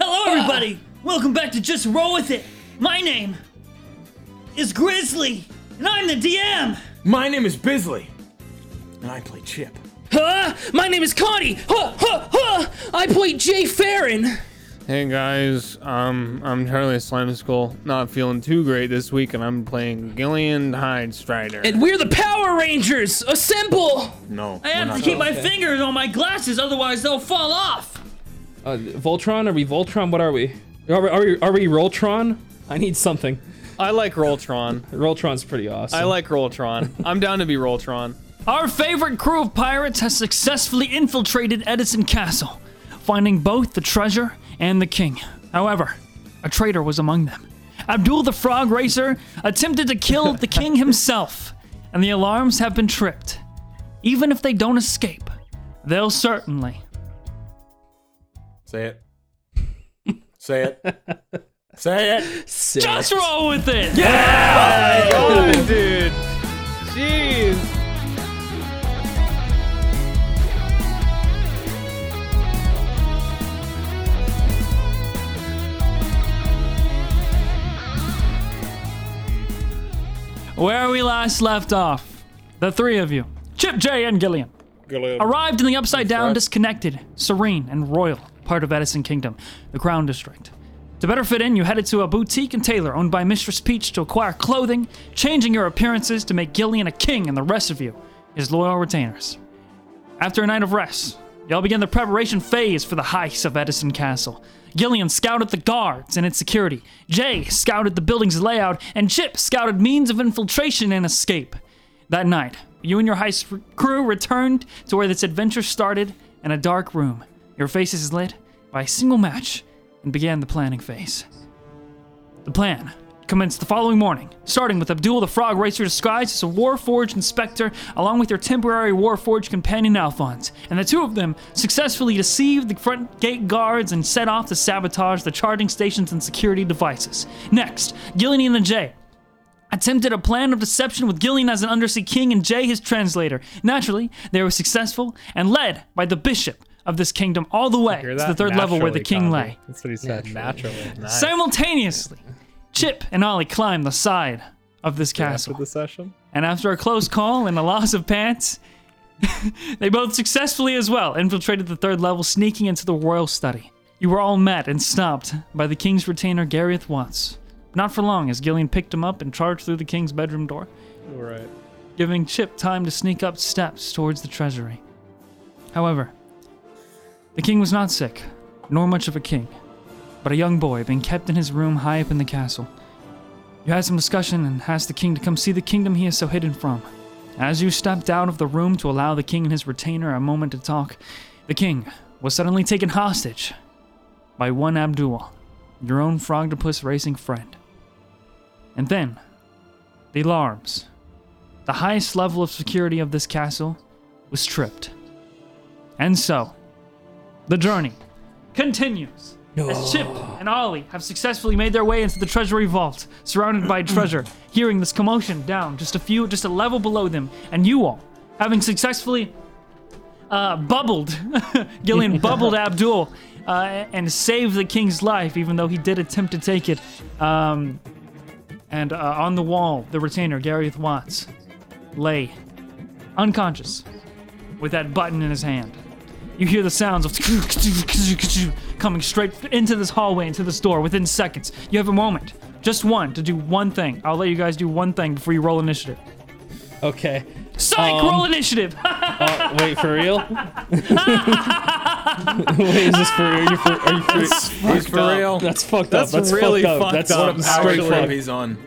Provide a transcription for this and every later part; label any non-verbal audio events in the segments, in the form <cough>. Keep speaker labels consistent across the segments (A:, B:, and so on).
A: everybody! Welcome back to Just Roll With It! My name is Grizzly, and I'm the DM!
B: My name is Bisley, and I play Chip.
C: Huh? Uh, My name is Connie. Huh, huh, huh. I play Jay Farron.
D: Hey guys, um, I'm Charlie Slimeskull. Not feeling too great this week, and I'm playing Gillian Hyde Strider.
C: And we're the Power Rangers. Assemble.
B: No,
A: I have to keep my fingers on my glasses, otherwise they'll fall off!
E: Uh, Voltron? Are we Voltron? What are we? Are we, are we, are we Roltron? I need something.
D: I like Roltron.
E: Roltron's pretty awesome.
D: I like Roltron. I'm down to be Roltron.
A: Our favorite crew of pirates has successfully infiltrated Edison Castle, finding both the treasure and the king. However, a traitor was among them. Abdul the Frog Racer attempted to kill the king himself, and the alarms have been tripped. Even if they don't escape, they'll certainly
B: Say it. Say it. Say it.
E: Sick.
A: just roll with it.
D: God, dude. Jeez.
A: Where we last left off, the three of you, Chip, Jay, and Gillian, arrived in the upside down, disconnected, serene, and royal part of Edison Kingdom, the Crown District. To better fit in, you headed to a boutique and tailor owned by Mistress Peach to acquire clothing, changing your appearances to make Gillian a king and the rest of you his loyal retainers. After a night of rest, y'all began the preparation phase for the heist of Edison Castle. Gillian scouted the guards and its security, Jay scouted the building's layout, and Chip scouted means of infiltration and escape. That night, you and your heist r- crew returned to where this adventure started in a dark room. Your faces lit by a single match and began the planning phase. The plan commenced the following morning, starting with Abdul the Frog Racer disguised as a Warforged inspector, along with their temporary Warforged companion Alphonse, and the two of them successfully deceived the front gate guards and set off to sabotage the charging stations and security devices. Next, Gillian and Jay attempted a plan of deception with Gillian as an undersea king and Jay his translator. Naturally, they were successful and led by the bishop of this kingdom all the way to the third level where the king lay.
D: That's what he said. Naturally. Nice.
A: Simultaneously, Chip and Ollie climbed the side of this
D: After
A: castle.
D: the session.
A: And after a close call and a loss of pants, <laughs> they both successfully as well infiltrated the third level, sneaking into the royal study. You were all met and stopped by the king's retainer, Gareth Watts. Not for long, as Gillian picked him up and charged through the king's bedroom door
D: All right.
A: giving Chip time to sneak up steps towards the treasury. However, the king was not sick, nor much of a king, but a young boy being kept in his room high up in the castle. You had some discussion and asked the king to come see the kingdom he is so hidden from. As you stepped out of the room to allow the king and his retainer a moment to talk, the king was suddenly taken hostage by one Abdul, your own frogdopus racing friend. And then, the alarms the highest level of security of this castle was tripped. And so, the journey continues. As Chip and Ollie have successfully made their way into the treasury vault, surrounded by treasure, hearing this commotion down just a few, just a level below them, and you all, having successfully uh, bubbled, <laughs> Gillian bubbled Abdul uh, and saved the king's life, even though he did attempt to take it. Um, and uh, on the wall, the retainer, Gareth Watts, lay unconscious with that button in his hand. You hear the sounds of <laughs> coming straight into this hallway, into this door within seconds. You have a moment, just one, to do one thing. I'll let you guys do one thing before you roll initiative.
E: Okay.
A: Psych,
E: Um,
A: roll initiative! <laughs>
E: Uh, wait
C: <laughs>
E: for real? <laughs> wait, is this for real? You're for, are you for
B: He's for real.
E: That's fucked
D: That's
E: up. That's
D: really
E: fucked up.
D: fucked
E: That's
D: up.
E: fucked
B: Hour
E: straight
B: clip
E: fucked.
B: he's on.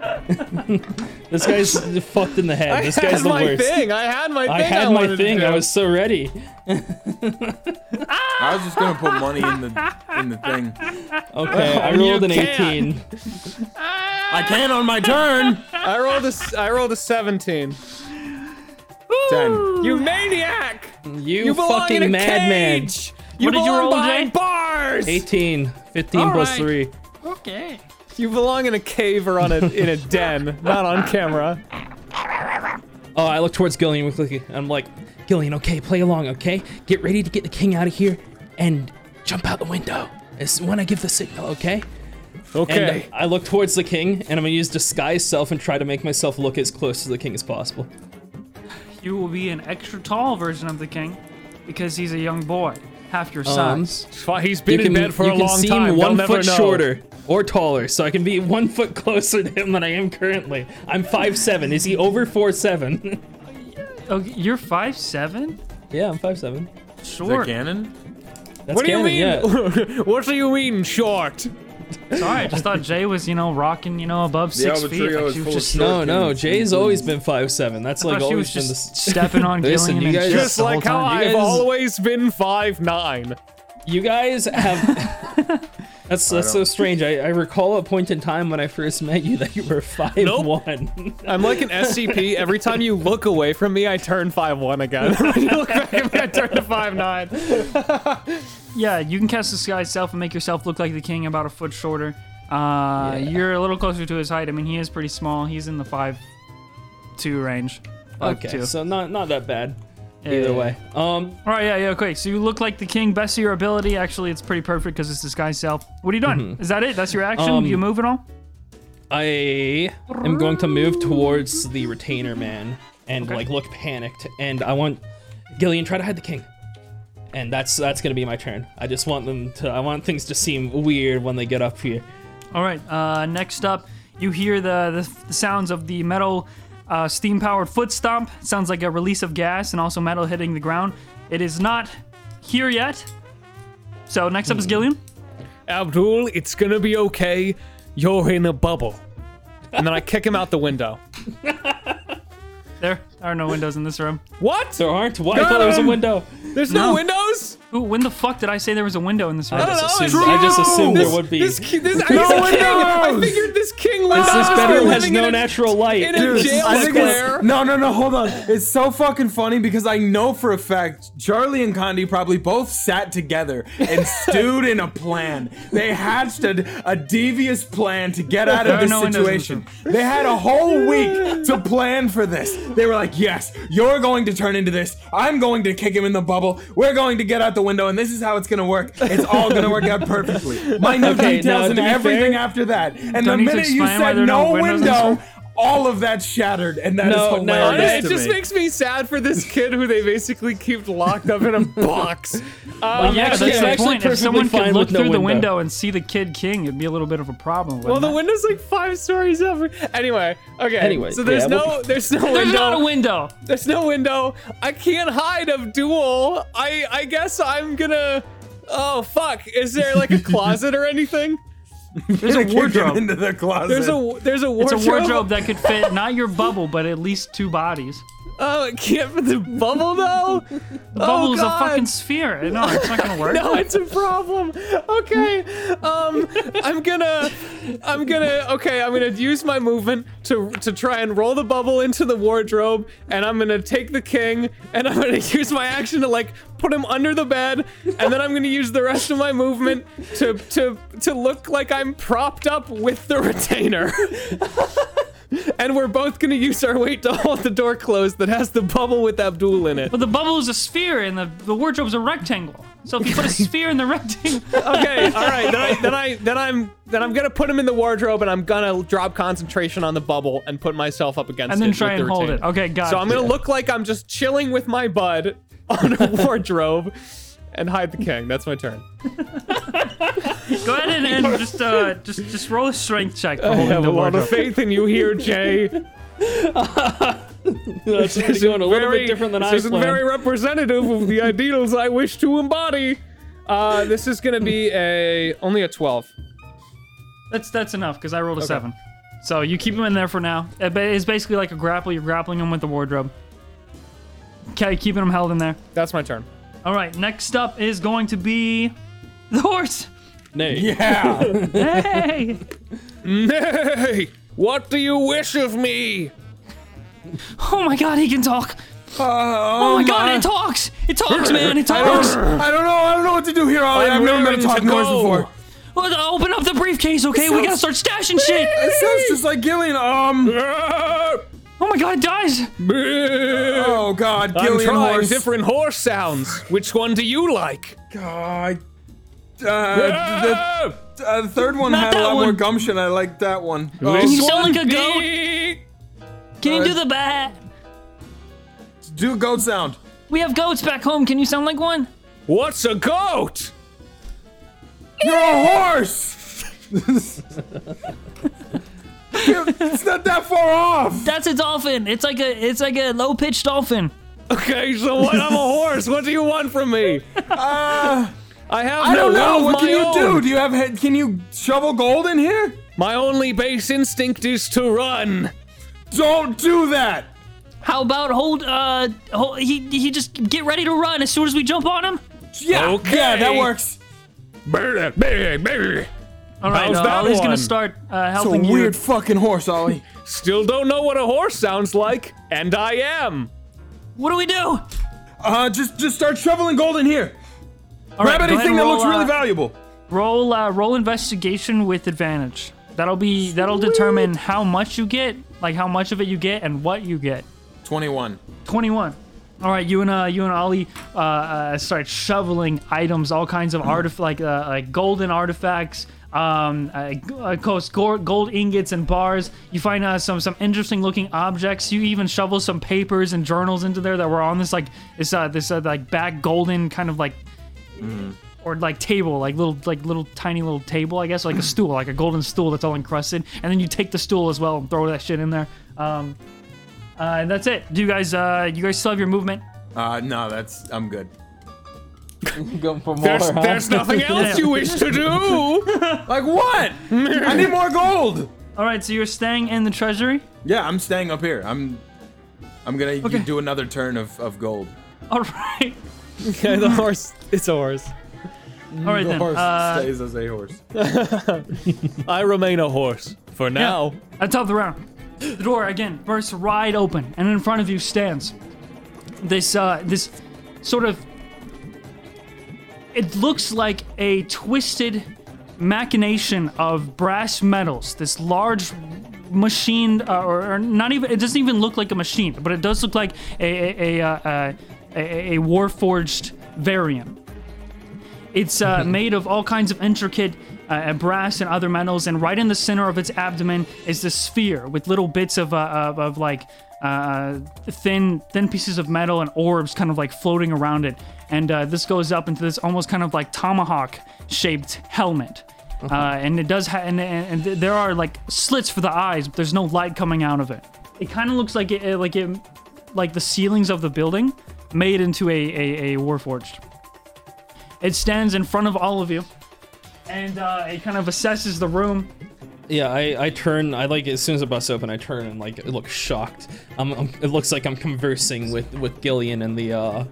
E: This guy's fucked in the head. This
D: I
E: guy's
D: had
E: the
D: my
E: worst.
D: thing. I had my thing.
E: I had
D: wanted
E: my
D: to
E: thing.
D: do.
E: I was so ready.
B: I was just gonna put money in the in the thing.
D: <laughs>
E: Okay, I rolled an
D: can't.
E: 18.
B: I can on my turn.
D: I rolled a. s- I rolled a 17.
B: Ten.
D: You maniac!
E: You,
D: You belong in a
E: fucking madman.
D: cage! You
A: What did you
D: belong
A: roll,
D: behind
A: Jay?
D: bars!
E: 18, 15
D: All
E: plus
D: right.
E: 3.
A: okay.
D: You belong in a cave or on a in a den, not on camera.
E: Oh, I look towards Gillian quickly. I'm like, Gillian, okay, play along, okay? Get ready to get the king out of here and jump out the window. is when I give the signal, okay? And
D: Okay.
E: I look towards the king, and I'm gonna use disguise self and try to make myself look as close to the king as possible.
A: You will be an extra tall version of the king because he's a young boy, half your
E: Um,
A: size.
D: That's why he's been in bed for
E: you
D: a
E: can
D: long
E: seem
D: time.
E: one
D: They'll
E: foot
D: never know.
E: shorter or taller, so I can be one foot closer to him than I am currently. I'm five seven. Is he over four seven? <laughs>
A: Oh, you're five seven.
E: yeah, I'm five seven.
A: Short.
B: Ganon?
E: That's
D: What do you
E: canon,
D: mean?
E: Yeah.
D: <laughs> what do you mean short?
A: Sorry, I
B: <laughs>
A: just thought Jay was, you know, rocking, you know, above six
B: Alba
A: feet.
B: Trio
A: Like
B: is
A: she was
B: full of
A: just,
B: snort.
E: <laughs> No, no. Jay's always been five seven. That's
A: I
E: like
A: thought she
E: always
A: was
E: been the.
A: just
E: s-
A: stepping
E: <laughs>
A: on
E: Listen,
A: Gillian
E: you
A: and
E: guys-
A: shit
D: Just
A: the whole
D: like how
A: time.
D: I've
E: guys-
D: always been five nine.
E: You guys have.
A: <laughs>
E: That's, that's so strange. I, I recall a point in time when I first met you that you were <laughs> five <laughs> one.
D: I'm like an SCP. Every time you look away from me, I turn five one again. <laughs> when you look back at me, I turn to five nine.
A: Yeah, you can cast disguise self and make yourself look like the king, about a foot shorter. Uh,
E: Yeah.
A: You're a little closer to his height. I mean, he is pretty small. He's in the five two range. Five
E: Okay,
A: two.
E: so not not that bad.
A: Yeah,
E: Either
A: yeah,
E: way. Um,
A: All right, yeah, yeah, quick. So you look like the king. Best of your ability. Actually, it's pretty perfect because it's disguise self. What are you doing? Is that it? That's your action?
E: Mm-hmm. Um,
A: you move at all?
E: I am going to move towards the retainer man and like look panicked, and I want Gillian try to hide the king, and that's that's gonna be my turn. I just want them to. I want things to seem weird when they get up here.
A: All right. Uh, next up, you hear the, the, the sounds of the metal uh, steam powered foot stomp. Sounds like a release of gas and also metal hitting the ground. It is not here yet. So next up is Gillian.
D: Abdul, it's gonna be okay. You're in a bubble. And then I kick him out the window.
A: There are no windows in this room.
D: What?
E: There aren't. Why? I thought there was a
D: Got him!
E: window.
D: There's no,
A: No.
D: windows?
A: Ooh, when the fuck did I say there was a window in this room?
E: I
D: don't
E: just
D: know,
E: assumed,
D: it's
E: I just
D: true.
E: assumed
D: This-
E: there would be.
D: This, ki- this, I,
A: No
D: this king, I
A: windows!
D: figured this king was
E: this
D: not
E: bedroom has
D: living
E: no
D: in a,
E: natural light.
D: in a jail
F: I think <laughs>
D: square.
F: it's, no, no, no. Hold on. It's so fucking funny because I know for a fact Charlie and Condi probably both sat together
A: <laughs>
F: and stewed in a plan. They hatched a, a devious plan to get out
A: There are
F: of this
A: no windows in this
F: situation. They had
A: <laughs>
F: a whole week to plan for this. They were like, "Yes, you're going to turn into this. I'm going to kick him in the bubble. We're going to get out the window, and this is how it's going to work. It's all going to
A: <laughs>
F: work out perfectly." Minute
E: Okay,
F: details
E: now,
F: and
E: to be
F: everything
E: fair-
F: after that. And the
A: Don't need to
F: minute you
A: explain why
F: said
A: there are no
F: no
A: windows in this room.
F: window, all of that shattered, and that is
E: No, no,
F: hilarious
D: Oh, It
F: to
D: just
F: me.
D: makes me sad for this kid who they basically keep locked up in a box. Um,
E: yeah,
A: Yeah,
E: actually-
A: that's the
E: I'm
A: point. If
E: perfectly
A: someone
E: fine
A: could look
E: with no
A: through the
E: window.
A: window and see the kid king, it'd be a little bit of a problem.
D: well,
A: wouldn't
D: the
A: it?
D: window's like five stories over. Anyway, okay.
E: Anyway,
D: so there's
E: yeah,
D: no,
E: we'll-
D: there's
A: <laughs>
D: no
A: There's
D: window.
A: not a window.
D: There's no window. I can't hide Abdul. I I guess I'm gonna. Oh fuck! Is there like a closet or anything?
A: There's a
F: Kick him
A: wardrobe.
F: into the closet.
D: There's a there's a
A: It's
D: wardrobe.
A: a wardrobe that could fit not your bubble, but at least two bodies.
D: Oh, it can't fit the bubble though.
A: The bubble is a
D: God.
A: fucking sphere. No, it's not gonna work.
D: No, it's a problem. Okay. Um, I'm gonna, I'm gonna. Okay, I'm gonna use my movement to to try and roll the bubble into the wardrobe, and I'm gonna take the king, and I'm gonna <laughs> use my action to like put him under the bed, and then I'm gonna use the rest of my movement to to to look like I'm propped up with the retainer. <laughs> And we're both gonna use our weight to hold the door closed that has the bubble with Abdul in it.
A: But the bubble is a sphere, and the, the wardrobe is a rectangle. So if you put a sphere in the
D: <laughs>
A: rectangle,
D: Okay, all right. Then I, then I, then I'm, then I'm gonna put him in the wardrobe, and I'm gonna drop concentration on the bubble and put myself up against
A: and
D: it.
A: then try
D: with the
A: and hold it.
D: retainer.
A: Okay, got
D: So
A: it.
D: I'm gonna look like I'm just chilling with my bud on
A: <laughs>
D: a wardrobe, and hide the king. That's my turn.
A: go ahead and,
D: <laughs>
A: and just uh just just roll a strength check for
D: I
A: holding
D: have
A: the
D: a lot of
A: wardrobe.
D: faith in
E: <laughs>
D: you here, Jay.
E: That's doing a little bit
D: Very-
E: different than I
D: This isn't
E: planned.
D: very representative of the ideals I wish to embody. Uh, this is gonna be a only a 12.
A: That's that's enough because I rolled a seven. So you keep him in there for now. It ba- It's basically like a grapple. You're grappling him with the wardrobe. Okay, keeping him held in there.
D: That's my turn. <laughs>
A: All right, next up is going to be the
D: <laughs>
A: horse.
F: <laughs>
E: Nay.
F: yeah. Uh,
A: Hey,
D: Nay, what do you wish of me? <laughs>
A: oh my god, he can talk.
F: oh,
A: Oh my god, it talks. It
D: <laughs>
A: talks, man. It talks.
F: I don't know. I don't know what to do here, Ollie.
D: I'm
F: I've never been
D: raring
F: a
D: to
F: talking horse
D: go.
F: before.
A: Well, open up the briefcase, okay? we gotta start stashing shit.
F: It sounds just like Gillian. Um.
D: Ah!
A: Oh my god, it dies.
F: Oh God,
D: I'm
F: Gillian
D: trying
F: horse.
D: different horse sounds. Which one do you like?
F: God. Uh, the uh, the third one
A: Not
F: had a
A: that
F: lot more
A: one.
F: gumption. I like that one. Oh,
A: Can you
F: so-
A: sound like a goat? Can you do the bah?
F: Oh, do goat sound.
A: We have goats back home. Can you sound like one?
D: What's a goat?
F: You're a horse. <laughs> it's not that far off.
A: That's a dolphin. It's like a it's like a low pitched dolphin.
D: Okay, so what?
F: <laughs>
D: I'm a horse. What do you want from me?
F: Uh,
D: I have
F: I
D: no
F: don't know.
D: will of
F: What can
D: my
F: you
D: own.
F: do? Do you have? head- Can you shovel gold in here?
D: My only base instinct is to run.
F: Don't do that.
A: How about hold uh hold, he he just get ready to run as soon as we jump on him?
F: Yeah.
D: Okay.
F: Yeah, that works.
A: All right,
D: How's
A: uh,
D: that
A: Ollie's gonna
D: one?
A: start uh,
F: It's a
A: helping you.
F: weird fucking horse, Ollie.
D: Still don't know what a horse sounds like, and I am.
A: What do we do?
F: <laughs> Uh, just just start shoveling gold in here.
A: All right,
F: Grab
A: go ahead
F: anything
A: and
F: that
A: roll,
F: looks really
A: uh,
F: valuable.
A: Roll uh, roll investigation with advantage. That'll be that'll determine how much you get, like how much of it you get and what you get.
F: Twenty-one.
A: 21. All right, you and uh, you and Ollie uh, uh, start shoveling items, all kinds of artif like uh, like golden artifacts, um, uh, g- of course, gor- gold ingots and bars. You find uh, some some interesting looking objects. You even shovel some papers and journals into there that were on this like this uh, this uh, like back golden kind of like or like table, like little like little tiny little table, I guess, like a stool, like a golden stool that's all encrusted. And then you take the stool as well and throw that shit in there. Um, uh, and that's it. Do you guys uh, you guys still have your movement?
F: Uh, no, that's I'm <laughs> good.
E: Go for more,
D: There's,
E: huh?
F: <laughs>
D: there's nothing else you wish to do.
F: Like what? I need more gold.
A: All right, so you're staying in the treasury. <laughs>
F: Yeah, I'm staying up here. I'm I'm gonna
A: Okay.
F: do another turn of, of gold.
A: All right,
D: Okay, the horse. It's a horse.
A: all right then. Uh,
F: stays as a horse.
D: I remain a horse for now.
A: at top of the round, the door again bursts wide open, and in front of you stands this uh, this sort of. It looks like a twisted machination of brass metals. This large machine, uh, or, or not even. It doesn't even look like a machine, but it does look like a a a, uh, uh, a, a warforged variant. It's uh, made of all kinds of intricate uh, brass and other metals, and right in the center of its abdomen is the sphere with little bits of, uh, of, of like uh, thin thin pieces of metal and orbs kind of like floating around it. And uh, this goes up into this almost kind of like tomahawk shaped helmet. uh and it does, ha- and, and, and th- there are like slits for the eyes, but there's no light coming out of it. It kind of looks like it, it- like it, like the ceilings of the building made into a a, a warforged. It stands in front of all of you, and uh, it kind of assesses the room.
E: Yeah, I, I turn. I like as soon as the bus open, I turn and like look shocked. I'm, I'm- it looks like I'm conversing with with Gillian and the uh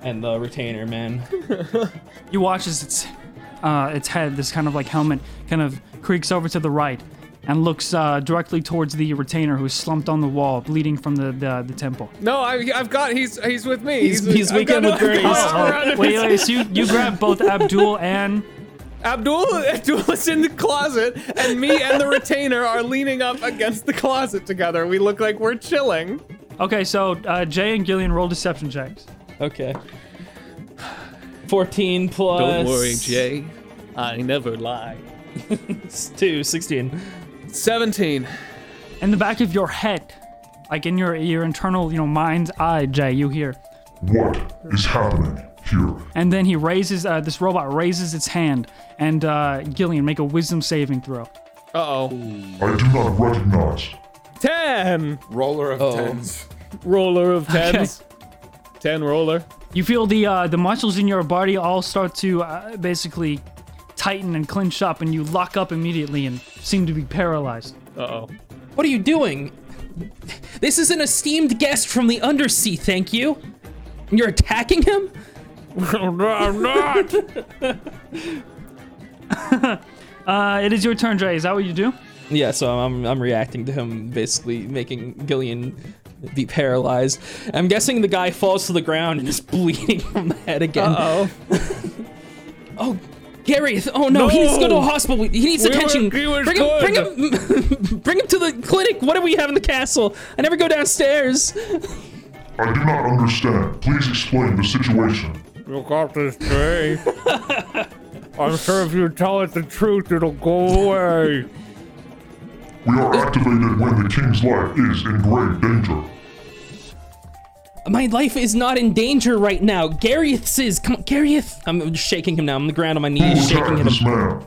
E: and the retainer man.
A: You watch as its uh, its head, this kind of like helmet, kind of creaks over to the right and looks uh, directly towards the retainer who's slumped on the wall, bleeding from the the, the temple. Oh,
D: No, I, I've got. He's he's with me.
E: He's- he's
D: I've
E: weekend
D: got
E: with
D: no- I've got
E: Grace.
D: no run
A: oh, wait, wait, so you, you grab both Abdul and
D: Abdul, Abdul is in the closet, and me and the retainer are leaning up against the closet together. We look like we're chilling.
A: okay, so uh, Jay and Gillian roll deception checks.
E: Okay. Fourteen plus.
D: I never lie.
E: It's Two, 16.
D: 17.
A: In the back of your head, like in your your internal you know mind's eye, Jay, you hear.
G: What is happening here?
A: And then he raises, uh, this robot raises its hand, and uh, Gillian, make a wisdom saving throw.
D: Uh oh.
G: I do not recognize.
D: 10.
F: Roller of tens.
D: Roller of <laughs> tens. 10 roller.
A: You feel the uh, the muscles in your body all start to uh, basically tighten and clench up, and you lock up immediately and seem to be paralyzed.
D: Uh oh.
E: What are you doing? This is an esteemed guest from the undersea. Thank you. And You're attacking him?
D: no, I'm <laughs> not.
A: Uh, it is your turn, Jay. Is that what you do?
E: Yeah, so I'm I'm reacting to him basically making Gillian be paralyzed. I'm guessing the guy falls to the ground and is <laughs> bleeding from the head again.
D: oh.
E: Oh, Gareth! Oh no, he needs to go to a hospital. He needs
D: We were-
E: attention.
D: he was
E: bring him, bring him, <laughs> bring him to the clinic. What do we have in the castle? I never go downstairs.
G: I do not understand. Please explain the situation.
D: <laughs> Look off this tree.
B: I'm sure if you tell it the truth, it'll go away.
G: We are activated when the king's life is in grave danger.
E: My life is not in danger right now. Gareth is. Come on, Gareth. I'm shaking him now. I'm on the ground on my
G: Who
E: knees, shaking
G: attacked
E: him.
G: this man?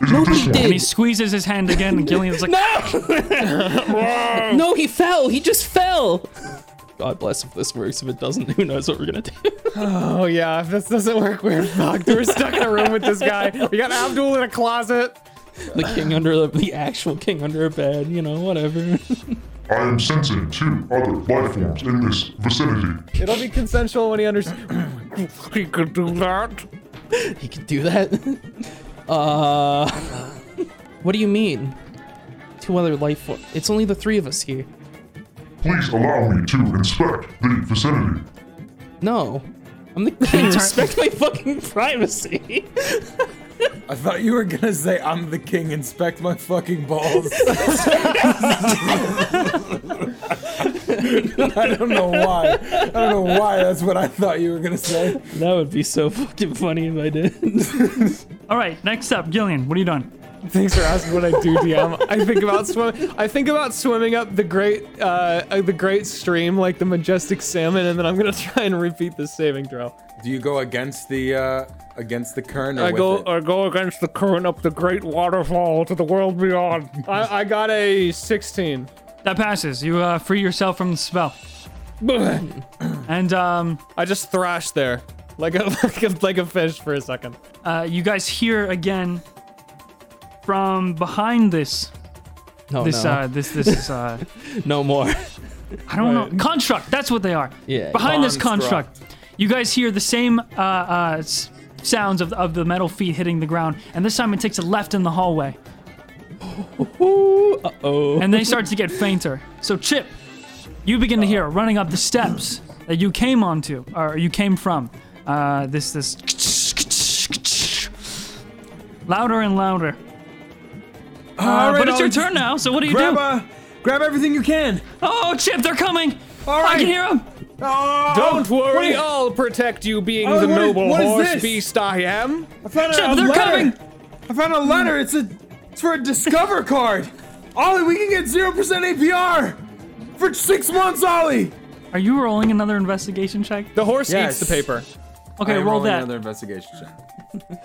G: Is it this
E: did.
G: one?
A: And he squeezes his hand again, and Gillian's
E: <laughs>
A: like,
E: No, he fell. He just fell. God bless if this works. If it doesn't, who knows what we're gonna do?
D: Oh yeah, if this doesn't work, we're fucked. We're stuck in a room with this guy. We got Abdul in a closet.
E: the king under the, the actual king under a bed. You know, whatever.
G: I am sensing two other life forms in this vicinity.
D: It'll be consensual when
F: <clears throat>
D: he understands.
B: He could do that.
E: he can do that. Uh, <laughs> what do you mean? Two other life forms. It's only the three of us here.
G: Please allow me to inspect the vicinity.
E: No, I'm the <laughs> king. Respect my fucking privacy.
F: I thought you were gonna say I'm the king. Inspect my fucking <laughs> balls. I don't know why. I don't know why. That's what I thought you were gonna say.
E: that would be so fucking funny if I did.
A: "All right, next up, Gillian, what are you doing?"
D: Thanks for asking what I do, DM. I think about swimming. I think about swimming up the great, uh, uh, the great stream like the majestic salmon, and then I'm gonna <laughs> try and repeat the saving throw.
F: Do you go against the uh against the current? Or
B: I
F: with
B: go,
F: it?
B: I go against the current up the great waterfall to the world beyond.
D: I, I got a 16.
A: That passes. You uh, free yourself from the spell, and um,
D: I just thrashed there, like a <laughs> like a, like a fish for a second.
A: uh, you guys hear again from behind this
F: Oh,
E: No,
A: this
E: no,
A: uh, this this is
F: <laughs>
A: uh,
E: no more.
A: I don't know construct. That's what they are.
E: Yeah,
A: Behind this
F: construct.
A: construct, you guys hear the same uh, uh, s- sounds of of the metal feet hitting the ground, and this time it takes a left in the hallway,
E: Uh oh.
A: and they start to get fainter. So Chip, you begin to hear running up the steps that you came onto or you came from. Uh, this this louder and louder. Uh,
F: All right,
A: but it's your
F: I'll-
A: turn now. So what do you
F: Grab
A: do?
F: uh, grab everything you can.
A: oh, Chip, they're coming!
F: All
A: I
F: right.
A: can hear them.
F: Oh,
D: Don't worry,
F: wait,
D: I'll protect you, being
F: Oh,
D: the
F: what is-
D: noble
F: what is
D: horse
F: this?
D: beast I am.
F: I found a,
A: Chip,
F: a
A: they're
F: letter.
A: coming!
F: I found a letter. It's a it's for a Discover card. Ollie, we can get zero percent APR for six months, Ollie.
A: Are you rolling another investigation check?
D: The horse
F: Yes.
D: eats the paper.
A: Okay,
F: I am
A: roll
F: rolling
A: that.
F: Another investigation check.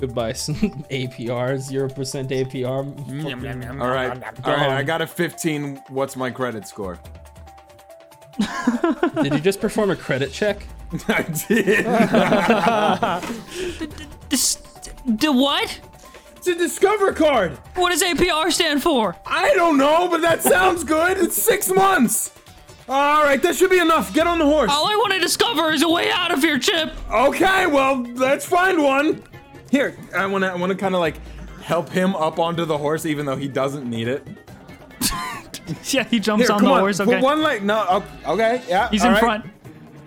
E: Goodbye. <laughs> some APR, zero percent APR.
F: All right, all right. I got a 15. What's my credit score? <laughs>
E: Did you just perform a credit check?
F: I did.
A: This, the what?
F: it's a Discover card.
A: What does APR stand for?
F: I don't know, but that sounds good. It's six months. All right, that should be enough. Get on the horse.
A: All I want to discover is a way out of here, Chip.
F: Okay, well, let's find one. Here, I want to I want to kind of like help him up onto the horse even though he doesn't need it.
A: <laughs> Yeah, he jumps
F: Here,
A: on
F: come
A: the
F: on.
A: horse.
F: Put
A: Okay,
F: one leg. No, up. Okay, yeah.
A: he's
F: all
A: in
F: right.
A: front.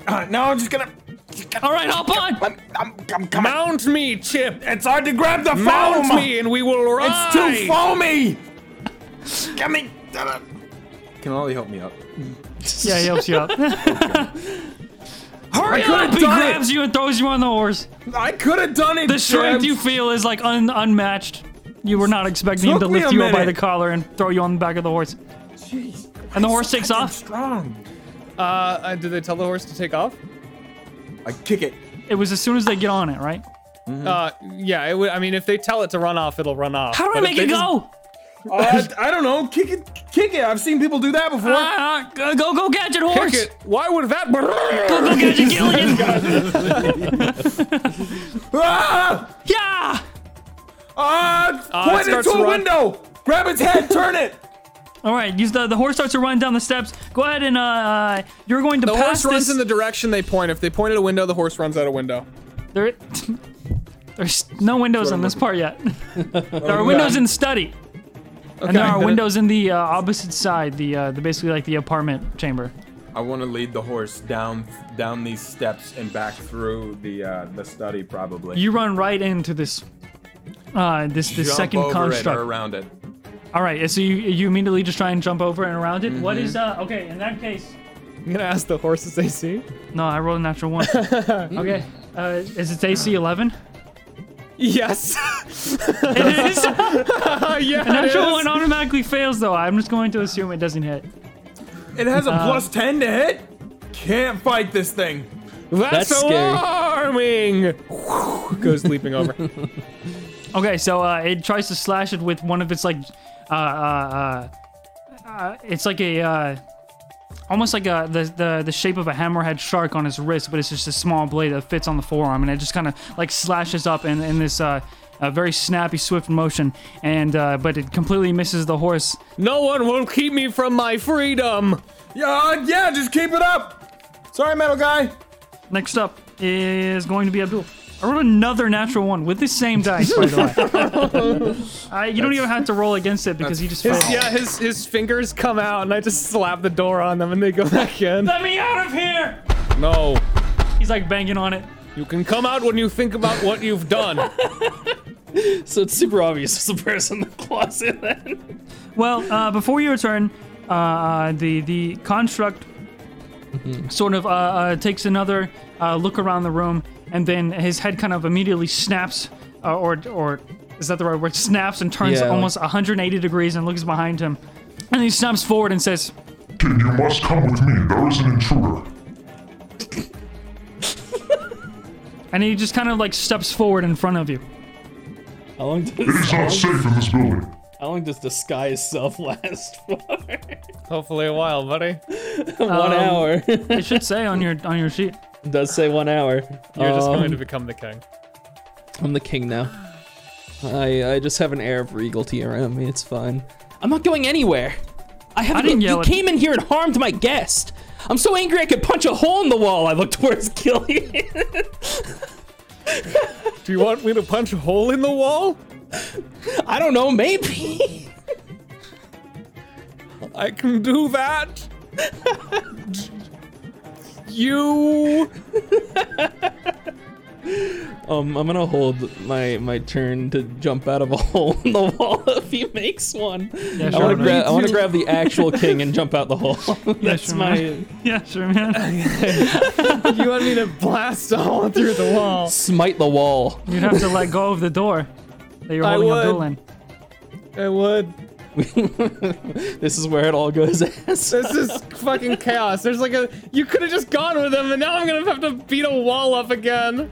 F: Uh, no, I'm just going to
A: All right, hop on.
F: I'm, I'm, I'm coming.
D: Mount me, Chip.
F: It's hard to grab the
D: Mount
F: foam.
D: me, and we will ride.
F: It's too foamy. Come me. Can Ollie help me up?
A: Yeah, he helps you up. <laughs> Hurry
F: I could've
A: up! He
F: done it.
A: grabs you and throws you on the horse.
F: I could have done it.
A: The strength
F: Jeb.
A: you feel is like un- unmatched. You were not expecting him
F: Took
A: to
F: me
A: lift
F: a
A: you up by the
F: minute.
A: collar and throw you on the back of the horse.
F: Jeez,
A: And the
F: I'm
A: horse
F: so
A: takes
F: fucking
A: off?
F: Strong.
D: Uh, uh, did they tell the horse to take off?
F: I kick it.
A: It was as soon as they get on it, right?
D: Uh, yeah. It would, I mean, if they tell it to run off, it'll run off.
A: How do I
D: But if
A: make
D: they
A: it
D: just-
A: go?
F: Uh, I don't know. Kick it. Kick it. I've seen people do that before.
A: Ah, ah, go, go, gadget horse.
D: Kick it. Why would that?
A: Go, go, gadget
F: <laughs>
A: Gillian.
F: Ah!
A: yeah. Ah,
F: Uh,
D: it
F: point it
D: starts
F: to
D: to
F: a
D: run.
F: window. Grab its head. Turn it.
A: All right, use the the horse starts to run down the steps. Go ahead and uh, uh you're going to
D: The
A: pass
D: horse runs
A: this.
D: in the direction they point. If they point at a window, the horse runs out a window.
A: there, <laughs> there's no windows on this part yet. <laughs> there
F: Oh,
A: are windows in the study, and there are windows in the uh, opposite side, the uh, the basically like the apartment chamber.
F: <laughs> I want to lead the horse down down these steps and back through the uh, the study probably.
A: You run right into this. Uh, this this
F: Jump
A: second
F: over it or
A: construct.
F: around it.
A: All right, so you you immediately just try and jump over and around it. What is
F: Mm-hmm.
A: uh okay? In that case,
D: I'm gonna ask the horse's AC.
A: no, I rolled a natural one. okay, uh, is it AC 11?
D: <laughs> Yes.
A: It is. A
D: Uh, yeah. It
A: <laughs> natural
D: is.
A: one automatically fails, though. I'm just going to assume it doesn't hit.
F: It has
A: Uh,
F: a plus 10 to hit? Can't fight this thing.
D: That's,
E: That's scary.
D: alarming. <laughs> Goes leaping
A: <laughs>
D: over.
A: Okay, so uh, it tries to slash it with one of its like, uh, uh, uh, uh it's like a, uh, almost like a the, the the shape of a hammerhead shark on his wrist, but it's just a small blade that fits on the forearm, and it just kind of like slashes up in in this uh, a very snappy, swift motion, and uh, but it completely misses the horse.
D: No one will keep me from my freedom.
F: Yeah, uh, yeah, just keep it up. Sorry, metal guy.
A: Next up is going to be Abdul. I rolled another natural one with the same dice, by the way.
E: <laughs>
A: I, you don't even have to roll against it because you just failed.
D: His, yeah, his his fingers come out, and I just slap the door on them, and they go <laughs> back in.
A: Let me out of here!
D: No,
A: He's like banging on it.
D: you can come out when you think about what you've done.
E: So it's super obvious it's the person that claws it then.
A: Well, uh, before your turn, uh, uh, the the construct sort of uh, uh, takes another uh, look around the room, and then his head kind of immediately snaps, uh, or or is that the right word? Snaps and turns
E: Yeah, like-
A: almost 180 degrees and looks behind him, and he snaps forward and says,
G: King, you must come with me. There is an intruder.
A: and he just kind of like steps forward in front of you.
E: How long does
G: It is
E: how long,
G: not safe in this building.
E: how long does disguise self last for?
D: <laughs>
E: <laughs>
D: Hopefully, a while, buddy. Um,
E: one hour. <laughs>
A: It should say on your on your sheet.
E: It does say one hour.
D: You're just
E: Um,
D: going to become the king.
E: I'm the king now. I I just have an air of regalty around me. It's fine. I'm not going anywhere. I haven't.
A: didn't
E: you
A: yell at-
E: came in here and harmed my guest. I'm so angry I could punch a hole in the wall. I look towards <laughs> Gillian.
D: Do you want me to punch a hole in the wall?
E: I don't know. Maybe. <laughs>
D: I can do that. you.
E: Um, I'm gonna hold my my turn to jump out of a <laughs> hole in the wall <laughs> if he makes one. I
A: sure,
E: wanna
A: man.
E: grab I
A: <laughs>
E: wanna grab the actual king and jump out the hole. <laughs> That's
A: sure,
E: my
A: Yeah, sure, man.
D: You want me to blast a hole through the wall?
E: smite the wall.
A: <laughs> You'd have to let go of the door that you're
D: I
A: holding
D: would.
A: Abdul in.
D: I would.
E: this is where it all goes <laughs> ass.
D: This is fucking chaos. There's like a. You could have just gone with him, and now I'm gonna have to beat a wall up again.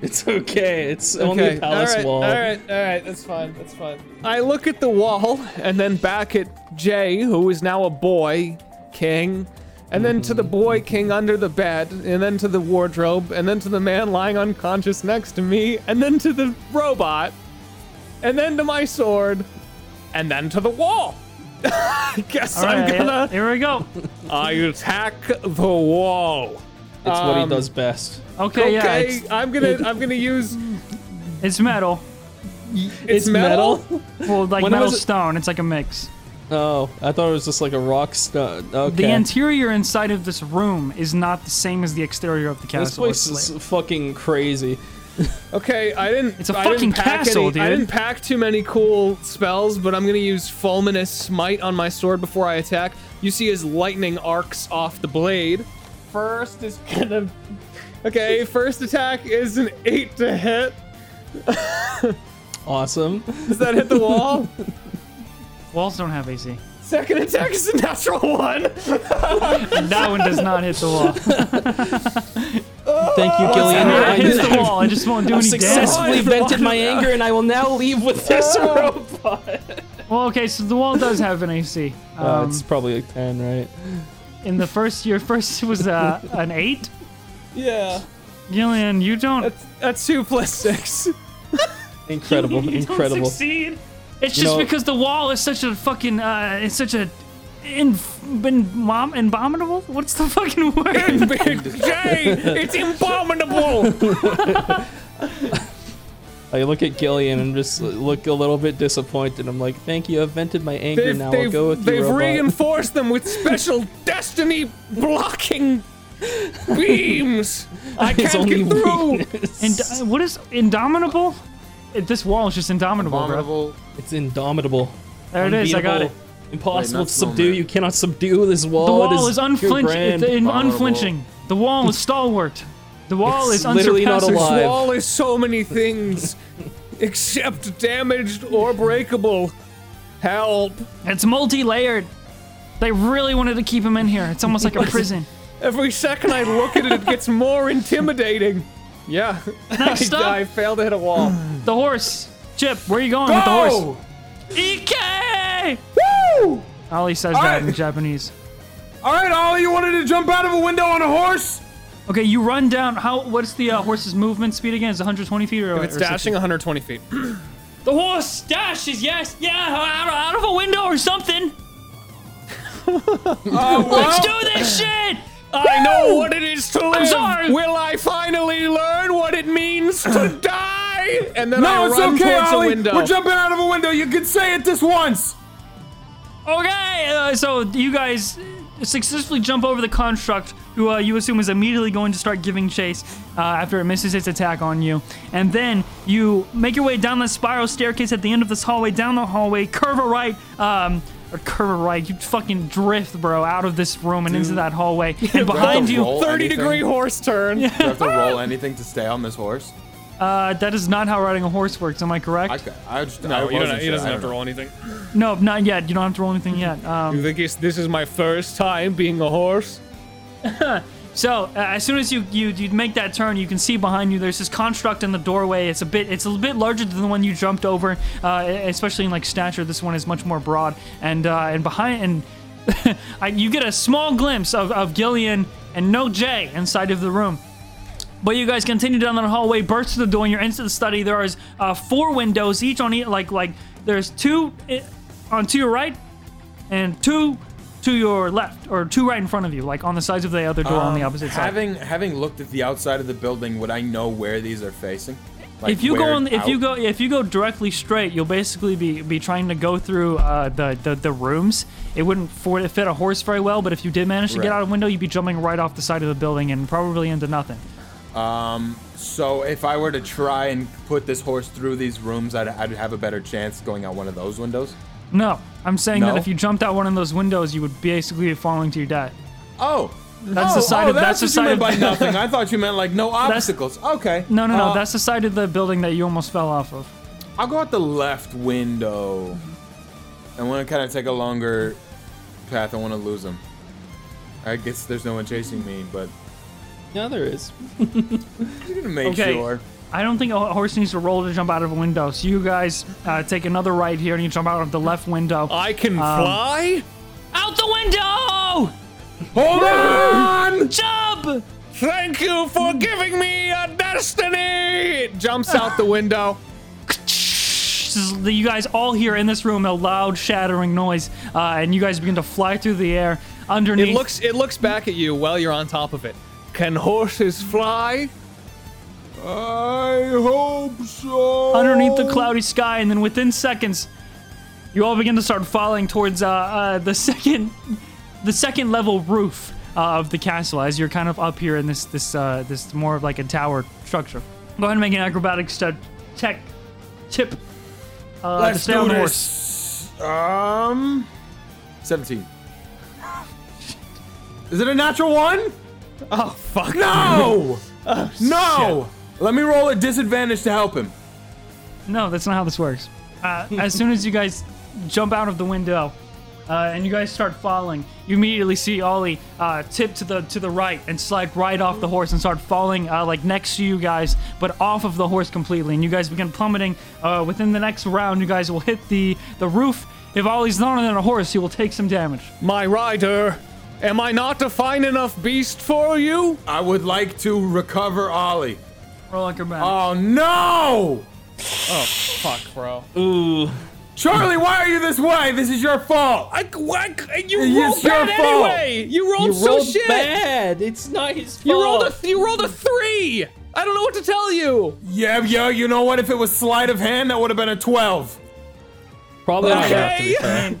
E: It's okay. It's only a palace
D: all right,
E: wall.
D: All right, all right. That's fine. That's fine. I look at the wall, and then back at Jay, who is now a boy king, and then to the boy king under the bed, and then to the wardrobe, and then to the man lying unconscious next to me, and then to the robot, and then to my sword, and then to the wall. <laughs> I guess
A: All
D: I'm
A: right,
D: gonna.
A: Here we go.
D: I attack the wall.
E: It's what he
D: Um,
E: does best.
A: Okay,
D: Okay,
A: yeah, it's,
D: I'm gonna I'm gonna use
A: it's metal.
D: it's, metal.
A: Well, like
E: When
A: metal
E: was it-
A: stone. It's like a mix.
E: Oh, I thought it was just like a rock stone. Okay.
A: The interior inside of this room is not the same as the exterior of the castle.
E: this place
A: It's
E: is
A: like-
E: fucking crazy.
D: Okay, I didn't.
A: It's a
D: I didn't
A: fucking
D: pack
A: castle,
D: any, I
A: dude.
D: didn't pack too many cool spells, but I'm gonna use Fulminous Smite on my sword before I attack. You see his lightning arcs off the blade. First is gonna. <laughs> Okay, first attack is an eight to hit.
E: Awesome.
D: Does that hit the <laughs> wall?
A: Walls don't have AC.
D: Second attack is a natural one.
A: That one does not hit the wall.
E: Thank
D: Oh,
E: you, Gillian.
A: it hits <laughs> the
E: <laughs> I-
A: wall. It just won't do any damage.
E: successfully vented my anger, and I will now leave with this
D: Oh.
E: rope.
A: Well, okay, so the wall does have an AC. Um,
E: Uh, it's probably like ten,
A: <laughs>
E: right?
A: in the first, your first <laughs> was uh, an eight.
D: Yeah,
A: Gillian, you don't.
D: that's two plus six. <laughs>
E: Incredible,
A: you Don't
E: incredible.
A: succeed. It's
E: You
A: just
E: know-
A: because the wall is such a fucking. Uh, it's such a. Inf- in- mom, abominable? What's the fucking word?
D: <laughs> Jay, it's abominable.
E: I look at Gillian and just look a little bit disappointed. I'm like, "Thank you, I've vented my anger.
D: They've,
E: now I'll
D: they've,
E: go with
D: they've
E: you, robot." <laughs>
D: reinforced them with special destiny blocking beams. I
E: His
D: can't
E: only
D: get through.
E: weakness.
A: Ind- uh, what is indomitable? It, this wall is just indomitable, bro.
B: Abominable.
E: It's indomitable.
A: There it is. I got it.
E: Unbeatable. Impossible
B: Wait,
E: to
B: not
E: subdue.
B: snowman.
E: You cannot subdue this wall.
A: The
E: Oh, It
A: wall is
E: too
A: unflinching.
E: grand.
A: It's in-
B: Abominable.
A: unflinching. The
E: <laughs>
A: wall is stalwart. The wall
E: It's
A: is
E: literally not
A: unsurpassable.
E: alive.
D: This wall is so many things. except damaged or breakable. Help!
A: It's multi layered. They really wanted to keep him in here. It's
E: <laughs>
A: almost like a prison.
D: Every second I look at it, it gets more intimidating. Yeah,
A: Next
D: <laughs> I,
A: up.
D: I failed to hit a wall. Oh!
A: The horse. Chip, where are you going with the horse? Ikei!
F: Woo!
A: Ollie E says
F: All
A: that in
F: right.
A: Japanese.
F: All right, Ollie, you wanted to jump out of a window on a horse?
A: Okay, you run down. How? What's the uh, horse's movement speed again? Is it 120 feet or?
D: If it's
A: or
D: dashing 120 feet.
A: The horse dashes, yes, yeah, out of, out of a window or
F: <laughs>
A: something.
F: Oh,
A: Let's do this shit.
D: I know what it is to live.
A: sorry.
D: Will I finally learn what it
F: <clears throat>
D: means to die? And then
F: No,
D: I
F: it's
D: run
F: okay,
D: towards a
F: Ollie.
D: window.
F: We're jumping out of a window. You can say it this once.
A: Okay, uh, so you guys successfully jump over the construct, who uh, you assume is immediately going to start giving chase uh, after it misses its attack on you. And then you make your way down the spiral staircase at the end of this hallway, down the hallway, curve a right. Um, or curve a right, you fucking drift, bro, out of this room and into that hallway. And behind you,
F: roll
D: 30
F: anything?
D: degree horse turn.
F: Do I <laughs> have to roll anything to stay on this horse?
A: Uh, that is not how riding a horse works. Am I correct?
F: I, ca- I just, I
D: No, you
F: wasn't
D: don't, he
F: sure.
D: doesn't
F: I
D: have to
F: don't know.
D: roll anything.
A: No, not yet. You don't have to roll anything yet. Um,
D: You think it's, this is my first time being a horse?
A: so uh, as soon as you, you you make that turn, you can see behind you. There's this construct in the doorway. It's a bit it's a little bit larger than the one you jumped over, uh, especially in like stature. This one is much more broad. And uh, and behind and <laughs> I, you get a small glimpse of of Gillian and no Jay inside of the room. But you guys continue down that hallway, burst through the door, and you're into the study. There is uh, four windows, each on each like like there's two eh, on to your right and two to your left or two right in front of you, like on the sides of the other door on the opposite side.
F: Um, Having having looked at the outside of the building, would I know where these are facing? Like,
A: if you go
F: where
A: on, if you go,
F: out?
A: if you go directly straight, you'll basically be be trying to go through uh, the, the the rooms. It wouldn't for, fit a horse very well, but if you did manage to get
F: Right.
A: out a window, you'd be jumping right off the side of the building and probably into nothing.
F: So if I were to try and put this horse through these rooms, I'd, I'd have a better chance going out one of those windows.
A: No, I'm saying that
F: No?
A: if you jumped out one of those windows, you would basically be falling to your death.
F: Oh,
A: That's the side of- that's the
F: what you
A: side
F: meant
A: of-
F: by nothing. I thought you meant like
A: <laughs>
F: no obstacles. okay.
A: No, no, no.
F: Uh,
A: that's the side of the building that you almost fell off of.
F: I'll go out the left window. I want to kind of take a longer path. I want to lose him. I guess there's no one chasing me, but
E: No, there is.
F: I'm gonna make
A: Okay.
F: sure.
A: I don't think a horse needs to roll to jump out of a window. So you guys uh, take another right here and you jump out of the left window.
D: I can
F: Um,
D: fly?
A: out the window!
F: Hold on!
A: Jump!
D: Thank you for giving me a destiny! It jumps out the window.
A: This is- You guys all hear in this room a loud shattering noise, uh, and you guys begin to fly through the air underneath.
D: It looks it looks back at you while you're on top of it. Can horses fly?
F: I hope so.
A: underneath the cloudy sky, and then within seconds, you all begin to start falling towards uh, uh, the <laughs> second, the second level roof uh, of the castle as you're kind of up here in this this uh, this more of like a tower structure. Go ahead and make an acrobatic step, check, chip. Uh, to
F: Let's
A: stay on
F: do
A: the
F: this. Um, seventeen. Is it a natural one?
D: Oh fuck.
A: <laughs>
D: Oh,
F: No! no! Let me roll a disadvantage to help him.
A: No, that's not how this works. Uh, as soon as you guys jump out of the window uh, and you guys start falling, you immediately see Ollie uh, tip to the to the right and slide right off the horse and start falling uh, like next to you guys, but off of the horse completely. And you guys begin plummeting. Uh, within the next round, you guys will hit the the roof. If Ollie's not on a horse, he will take some damage.
D: My rider, am I not a fine enough beast for you?
F: I would like to recover Ollie.
A: Roll acrobatics.
F: Oh no!
D: Fuck, bro.
E: Ooh.
F: Charlie, why are you this way? This is your fault.
D: I, I, you
F: It's
D: rolled
F: your
D: bad
F: fault.
D: anyway. You
A: Oh,
D: rolled
E: You
D: so
E: rolled
D: shit.
E: bad. It's not his fault.
D: You rolled a you rolled a three. I don't know what to tell you.
F: Yeah, yeah, you know what? If it was sleight of hand, that would have been a 12.
E: Probably not enough to be
D: Okay.
E: fair.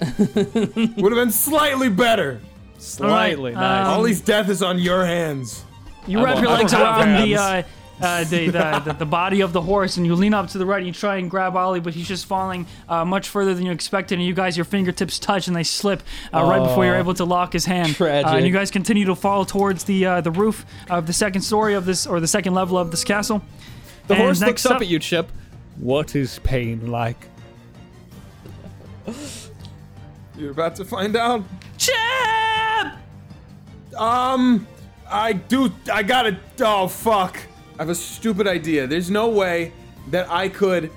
F: <laughs> Would have been slightly better.
D: Slightly.
A: All right,
D: nice.
F: Ollie's death is on your hands.
A: You wrap
E: won't-
A: your
E: I
A: legs
E: don't have
A: around the, uh,
E: hands.
A: uh, the, the, the the body of the horse, and you lean up to the right. And you try and grab Ollie, but he's just falling uh, much further than you expected. And you guys, your fingertips touch, and they slip uh, right before you're able to lock his hand. Uh, and
E: Oh, Tragic.
A: you guys continue to fall towards the uh, the roof of the second story of this, or the second level of this castle.
D: The
A: And
D: horse
A: next
D: looks up,
A: up-
D: at you, Chip. What is pain like?
F: You're about to find out.
A: Chip!
F: Um, I do. I gotta. Oh fuck! I have a stupid idea. There's no way that I could,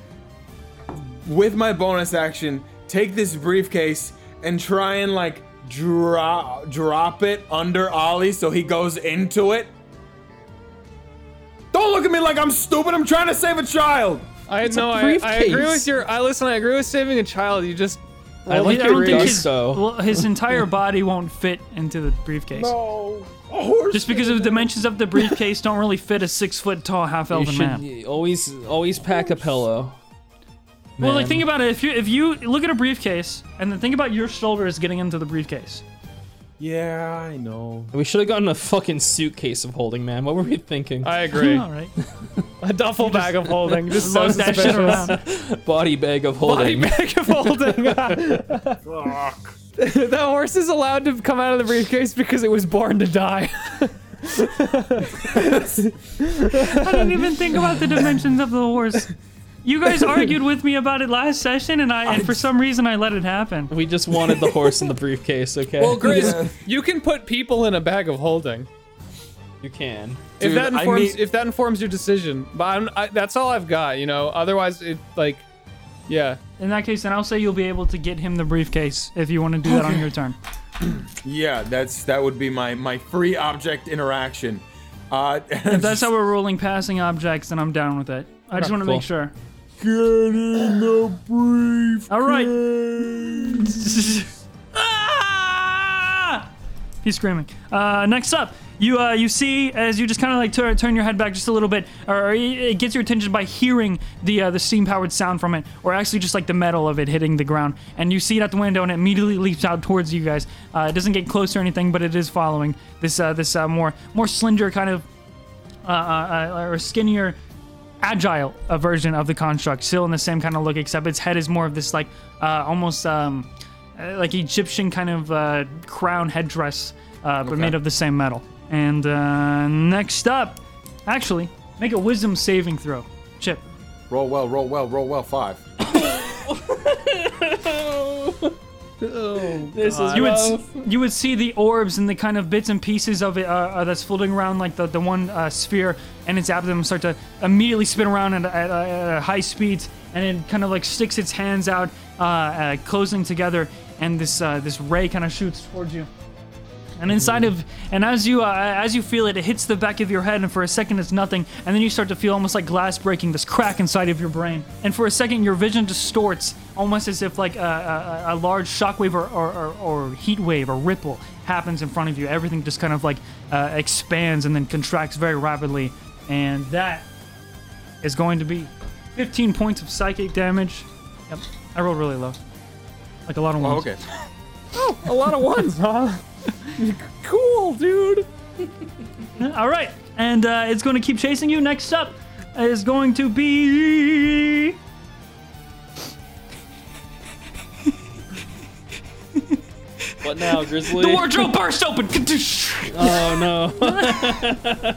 F: with my bonus action, take this briefcase and try and like drop drop it under Ollie so he goes into it. Don't look at me like I'm stupid. I'm trying to save a child.
D: I
E: a
D: know. I, I agree
E: briefcase.
D: with your. I listen. I agree with saving a child. You just.
E: I
D: roll
E: like
D: with
A: uh, I
E: your
A: don't
D: your
A: think
E: does
D: wrist.
A: his,
E: so.
A: well,
E: <laughs>
A: his entire body won't fit into the briefcase.
F: Oh, a horse.
A: Just because of the dimensions of the briefcase don't really fit a six foot tall half
E: You
A: elven
E: should
A: man.
E: y- always always pack a pillow.
A: Well, like
E: man.
A: think about it. If you if you look at a briefcase and then think about your shoulders getting into the briefcase.
F: Yeah, I know.
E: We should have gotten a fucking suitcase of holding, man. What were we thinking?
D: I agree.
A: All right.
D: <laughs> a duffel bag of <laughs> holding. Just so
A: Load that shit
D: suspicious.
A: around.
E: Body bag of
D: Body
E: holding.
D: bag of <laughs> holding. <laughs> the horse is allowed to come out of the briefcase because it was born to die. <laughs>
A: I didn't even think about the dimensions of the horse. You guys argued with me about it last session, and I and for some reason I let it happen.
E: We just wanted the horse in
D: <laughs>
E: the briefcase, okay?
D: Well, Grizz,
F: <laughs> Yeah.
D: you can put people in a bag of holding.
E: you can.
D: if
F: Dude,
D: that
F: I
D: informs
F: need-
D: if that informs your decision, but I'm, I, that's all I've got. You know, otherwise it like, yeah.
A: In that case, then I'll say you'll be able to get him the briefcase if you want to do that on your turn.
F: Yeah, that's that would be my my free object interaction. Uh, <laughs>
A: If that's how we're ruling passing objects, then I'm down with it. I just want to make sure.
F: Get in the brief.
A: All
F: <laughs>
A: right. Ah! He's screaming. Uh, next up, you uh, you see as you just kind of like tur- turn your head back just a little bit, or or it gets your attention by hearing the uh, the steam powered sound from it, or actually just like the metal of it hitting the ground, and you see it at the window, and it immediately leaps out towards you guys. Uh, it doesn't get close or anything, but it is following this uh, this uh, more more slender kind of uh, uh, or skinnier agile uh, version of the construct, still in the same kind of look, except its head is more of this like uh, almost um, uh, like Egyptian kind of uh, crown headdress, uh, but made of the same metal. And uh, next up, actually, make a wisdom saving throw, Chip.
F: Roll well, roll well, roll well. Five.
E: This is
A: You would
E: rough.
A: s- you would see the orbs and the kind of bits and pieces of it uh, uh, that's floating around like the the one uh, sphere and its abdomen start to immediately spin around at, at, uh, at high speeds and it kind of like sticks its hands out, uh, uh, closing together, and this uh, this ray kind of shoots towards you. And inside of, and as you uh, as you feel it, it hits the back of your head, and for a second it's nothing, and then you start to feel almost like glass breaking, this crack inside of your brain, and for a second your vision distorts, almost as if like a, a, a large shockwave or, or, or, or heat wave or ripple happens in front of you. Everything just kind of like uh, expands and then contracts very rapidly, and that is going to be 15 points of psychic damage. Yep, I rolled really low, like a lot of ones.
F: Oh, okay.
D: A lot of ones, huh? cool, dude.
A: All right, and uh, it's going to keep chasing you. Next up is going to be.
E: What now, Grizzly?
A: The
E: <laughs>
A: wardrobe burst open,
E: oh no.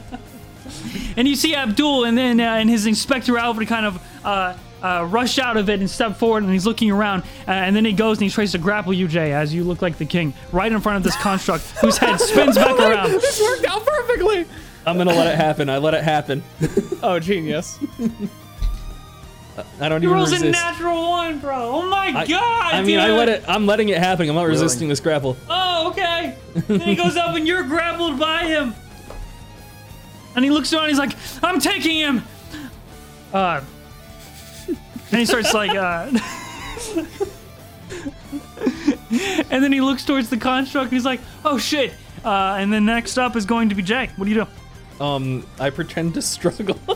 A: <laughs> and you see Abdul, and then uh, and his inspector Alfred kind of uh, uh, rush out of it and step forward, and he's looking around, uh, and then he goes and he tries to grapple you, Jay, as you look like the king, right in front of this construct, whose head spins
E: <laughs>
A: back around.
D: This worked out perfectly.
E: I'm gonna let it happen. I let it happen.
D: Oh, genius.
E: I don't
A: He
E: even
A: rolls a
E: resist.
A: natural one, bro. Oh my
E: I,
A: god!
E: I mean, I
A: dude.
E: let it. I'm letting it happen. I'm not resisting this grapple.
A: Oh, okay. then he goes up and you're grappled by him. And he looks around, he's like, I'm taking him. Uh, and he starts like, uh. <laughs> and then he looks towards the construct and he's like, oh shit. Uh, and then next up is going to be Jay. What do you do?
E: Um, I pretend to struggle. <laughs>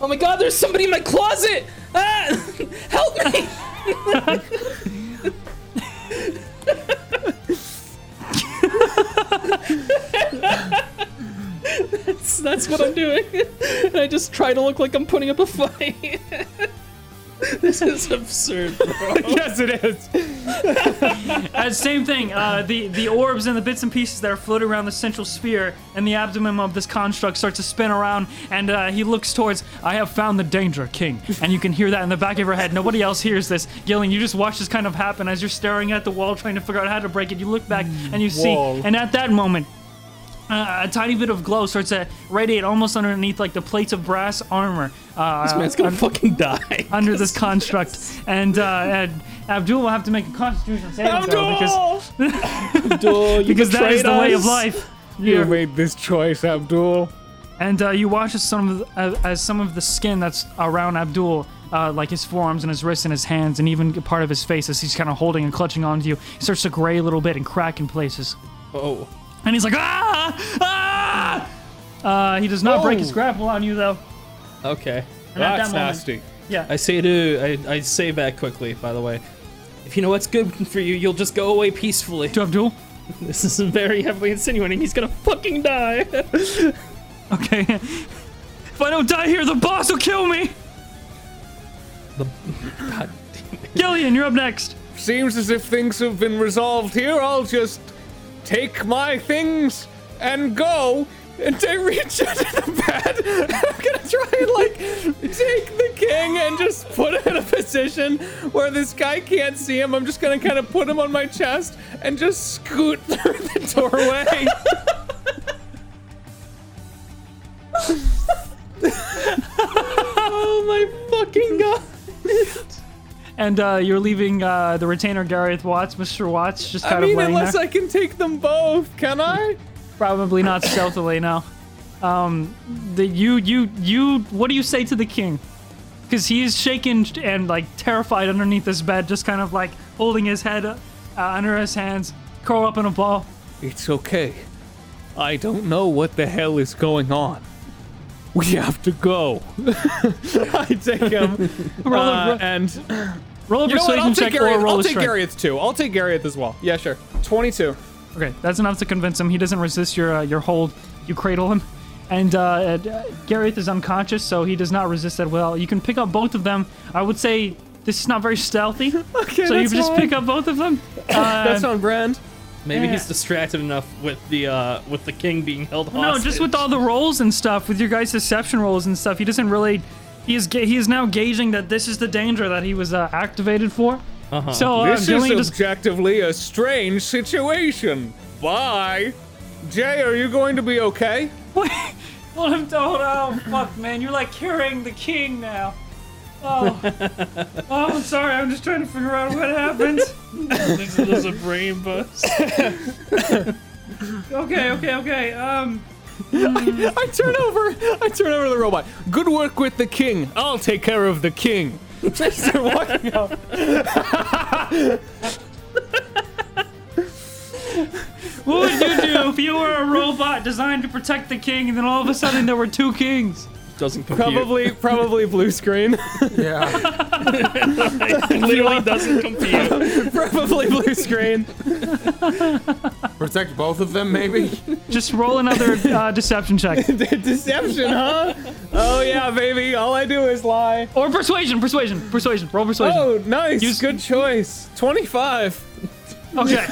E: oh my god, there's somebody in my closet! Ah! <laughs> Help me! that's, that's what I'm doing. And I just try to look like I'm putting up <laughs> a fight. this is absurd, bro.
D: <laughs> yes, it is.
A: Uh, same thing. Uh, the the orbs and the bits and pieces that are floating around the central sphere and the abdomen of this construct starts to spin around, and uh, he looks towards. I have found the danger, King, and you can hear that in the back of your head. Nobody else hears this. Gillian, you just watch this kind of happen as you're staring at the wall, trying to figure out how to break it. You look back and you see,
D: Whoa.
A: and at that moment, uh, a tiny bit of glow starts to radiate almost underneath like the plates of brass armor. Uh,
E: Man's gonna fucking die.
A: under this construct, and, uh, and Abdul will have to make a Constitution saving throw because
E: Abdul,
A: <laughs>
E: you
A: because that is
E: betrayed
A: the way of
E: us.
A: life.
D: You made this choice, Abdul.
A: And uh, you watch as some of the, uh, as some of the skin that's around Abdul, uh, like his forearms and his wrists and his hands, and even part of his face, as he's kind of holding and clutching onto you, starts to gray a little bit and crack in places.
E: Oh,
A: And he's like, ah, ah! Uh, he does not break his grapple on you though.
E: okay.
A: And at that moment, yeah.
E: I say to I, I say back quickly. By the way, if you know what's good for you, you'll just go away peacefully. <laughs>
A: to Abdul.
E: This is very heavily insinuating he's gonna fucking die. <laughs>
A: Okay. <laughs> if I don't die here, the boss will kill me.
E: The- <laughs>
A: Gillian, you're up next.
D: Seems as if things have been resolved here. I'll just take my things and go and take reach <laughs> under the bed. I'm gonna try and like take the king and just put him in a position where this guy can't see him. I'm just gonna kind of put him on my chest and just scoot <laughs> through the
A: <laughs>
D: doorway. <laughs>
E: oh my fucking god!
A: And uh, you're leaving uh, the retainer Gareth Watts, Mr. Watts, just kind
D: I mean,
A: of laying
D: unless
A: there.
D: I can take them both, can I?
A: Probably not
D: <laughs>
A: stealthily now. Um, the you you you. What do you say to the king? Because he is shaken and like terrified underneath his bed, just kind of like holding his head uh, under his hands, curled up in a ball.
D: It's okay. I don't know what the hell is going on. We have to go. <laughs> I take <laughs> him
A: Roll a-
D: uh, and
A: Roll a
D: you know what?
A: persuasion
D: I'll take
A: check
D: Gareth.
A: or roll
D: I'll
A: a
D: take
A: strength.
D: Gareth too. I'll take Gareth as well. Yeah, sure. Twenty-two.
A: Okay, that's enough to convince him. He doesn't resist your uh, your hold. You cradle him, and uh, uh, Gareth is unconscious, so he does not resist at well. You can pick up both of them. I would say this is not very stealthy,
D: <laughs> Okay,
A: so you
D: that's
A: just
D: fine.
A: pick up both of them. Uh,
D: <laughs> That's on brand.
E: Maybe
A: Yeah.
E: <laughs> he's distracted enough with the uh with the king being held
A: no,
E: hostage.
A: just with all the rolls and stuff, with your guys' deception rolls and stuff, he doesn't really. He is ga- he is now gauging that this is the danger that he was uh, activated for. Uh-huh. So uh,
D: This
A: Gillian
D: is
A: just
D: objectively a strange situation. Bye. Jay, are you going to be okay?
A: Wait, <laughs> hold him to hold on. oh, Fuck, man, you're like carrying the king now. Oh, oh, I'm sorry. I'm just trying to figure out what happened.
E: <laughs> this <laughs> is a brain bust.
A: Okay, okay, okay. Um,
D: I turn over. I turn over to the robot. Good work with the king. I'll take care of the king. They're walking out.
A: what would you do if you were a robot designed to protect the king, and then all of a sudden there were two kings?
E: Doesn't compute.
D: Probably, probably blue screen.
F: Yeah.
D: <laughs>
E: It literally doesn't compute.
D: probably blue screen.
F: Protect both of them, maybe?
A: Just roll another uh, deception check
D: Deception, huh? Oh yeah, baby. All I do is lie.
A: or persuasion, persuasion, persuasion. Roll persuasion.
D: Oh, nice.
A: You s-
D: Good choice. Twenty-five. <laughs>
A: Okay.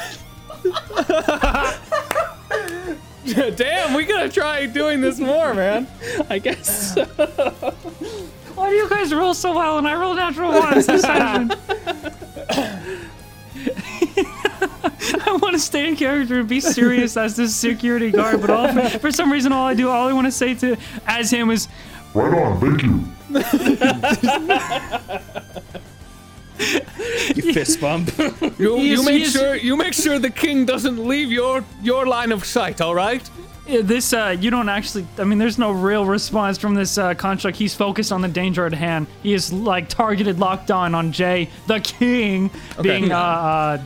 D: Damn, we gotta try doing this more, man.
E: I guess. so.
A: Why do you guys roll so well, and I roll natural ones this time? <laughs> I want to stay in character and be serious as this security guard, but all for some reason, all I do, all I want to say to as him is,
G: Right on, thank you.
E: <laughs> You fist <laughs> bump.
D: You,
A: Yes,
D: you make
A: yes.
D: sure you make sure the king doesn't leave your your line of sight. All right.
A: "Yeah, "This, uh, you don't actually. I mean, there's no real response from this uh, construct. He's focused on the danger at hand. He is like targeted, locked on on Jay, the king, being uh, uh,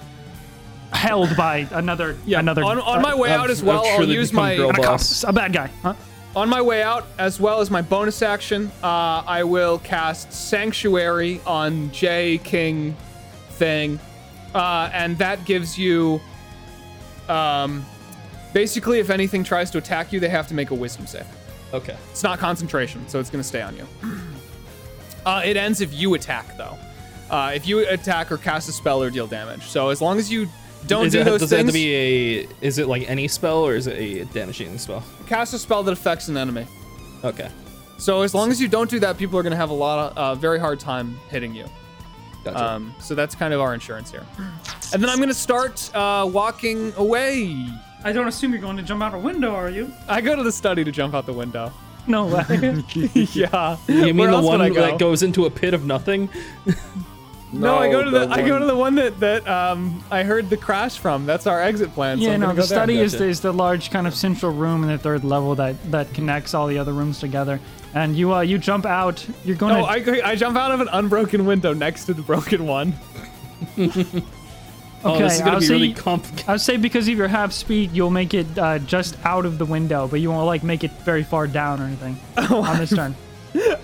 A: held by another, another uh,
D: On, on my way out as well,
E: I've
D: I'll
E: surely
D: use
E: become
D: my
E: girl boss.
A: a bad guy." Huh?
D: On my way out, as well as my bonus action, uh, I will cast Sanctuary on J King thing, uh, and that gives you, um, basically, if anything tries to attack you, they have to make a Wisdom save.
E: Okay.
D: <clears throat> It's not concentration, so it's gonna stay on you. Uh, it ends if you attack, though. uh, if you attack or cast a spell or deal damage. So as long as you don't
E: Is
D: do
E: it,
D: those
E: does it have
D: things,
E: to be a? Is it like any spell or is it a damaging spell?
D: cast a spell that affects an enemy.
E: Okay.
D: So as long as you don't do that, people are going to have a lot of uh, very hard time hitting you.
E: Gotcha.
D: Um, so that's kind of our insurance here. And then I'm going to start uh, walking away.
A: I don't assume you're going to jump out a window, are you?
D: I go to the study to jump out the window.
A: No
D: <laughs>
A: way.
D: yeah.
E: you
D: <laughs>
E: mean
D: Where
E: the
D: else would
E: one
D: I go?
E: that goes into a pit of nothing?
D: No, I go to the, I go
B: one-
D: to the one that that um I heard the crash from. That's our exit plan. so
A: yeah,
D: I'm
A: no.
D: gonna
A: The
D: go there.
A: study is
D: Gotcha.
A: the, is the large kind of central room in the third level that that connects all the other rooms together. And you uh you jump out. You're going
D: No,
A: to
D: Oh, I, I jump out of an unbroken window next to the broken one. <laughs>
E: Oh, this is gonna
A: I'll
E: be
A: say-
E: really complicated.
A: I would say because of your half speed, you'll make it uh, just out of the window, but you won't like make it very far down or <laughs> anything on this turn.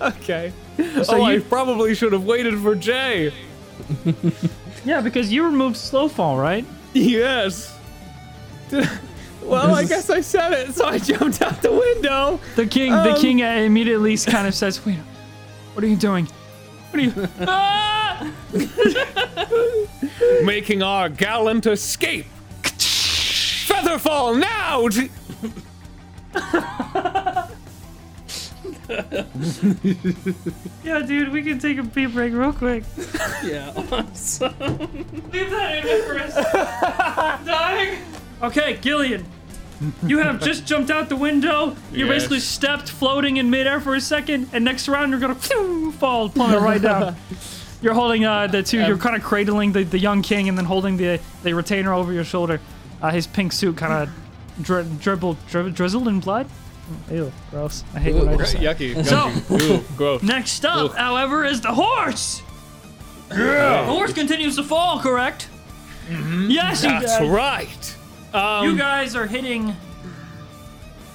D: Okay.
A: So
D: oh, I
A: you-
D: probably should have waited for Jay.
A: Yeah, because you removed slow fall, <laughs> right?
D: Yes. <laughs> well, I guess I said it, so I jumped out the window.
A: The king, the
D: Um.
A: king uh, immediately kind of says, "Wait, what are you doing? What are you?"
D: Making our gallant escape. Featherfall now! J-
A: yeah, dude, we can take a pee break real quick.
E: <laughs> Yeah. awesome.
A: Leave that in for us.
E: <laughs>
A: Dying. Okay, Gillian. You have just jumped out the window. You
D: Yes.
A: basically stepped floating in midair for a second, and next round you're gonna phew, fall,
E: <laughs>
A: plummet right down. You're holding uh, the two.
E: Um,
A: You're kind of cradling the, the young king, and then holding the the retainer over your shoulder. Uh, his pink suit kind of dri- dribbled, dri- drizzled in blood. Ew, gross. I hate when I just.
D: yucky.
A: So
D: Ooh,
A: <laughs>
D: gross.
A: next up, however, is the horse. The horse continues to fall. Correct. Yes, he
D: That's
A: does.
D: right.
A: You guys are hitting.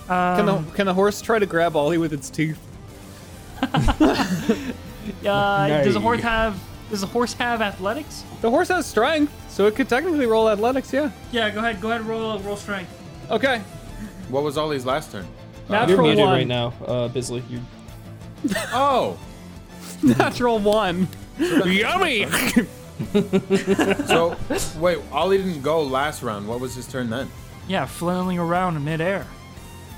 A: uh,
D: Can the,
A: Um,
D: can the horse try to grab Ollie with its teeth?
A: Uh, Does the horse have? Does the horse have athletics?
D: The horse has strength, so it could technically roll athletics, yeah.
A: Yeah, go ahead. Go ahead. Roll. Roll strength.
D: Uh, Okay. <laughs>
F: What was Ollie's last turn?
E: You're
D: Natural
E: muted
D: one.
E: right now, uh, Bisley. You
F: Oh,
D: Natural one. Yummy!
F: so <laughs> wait, Ollie didn't go last round. What was his turn then?
A: Yeah, flailing around in midair.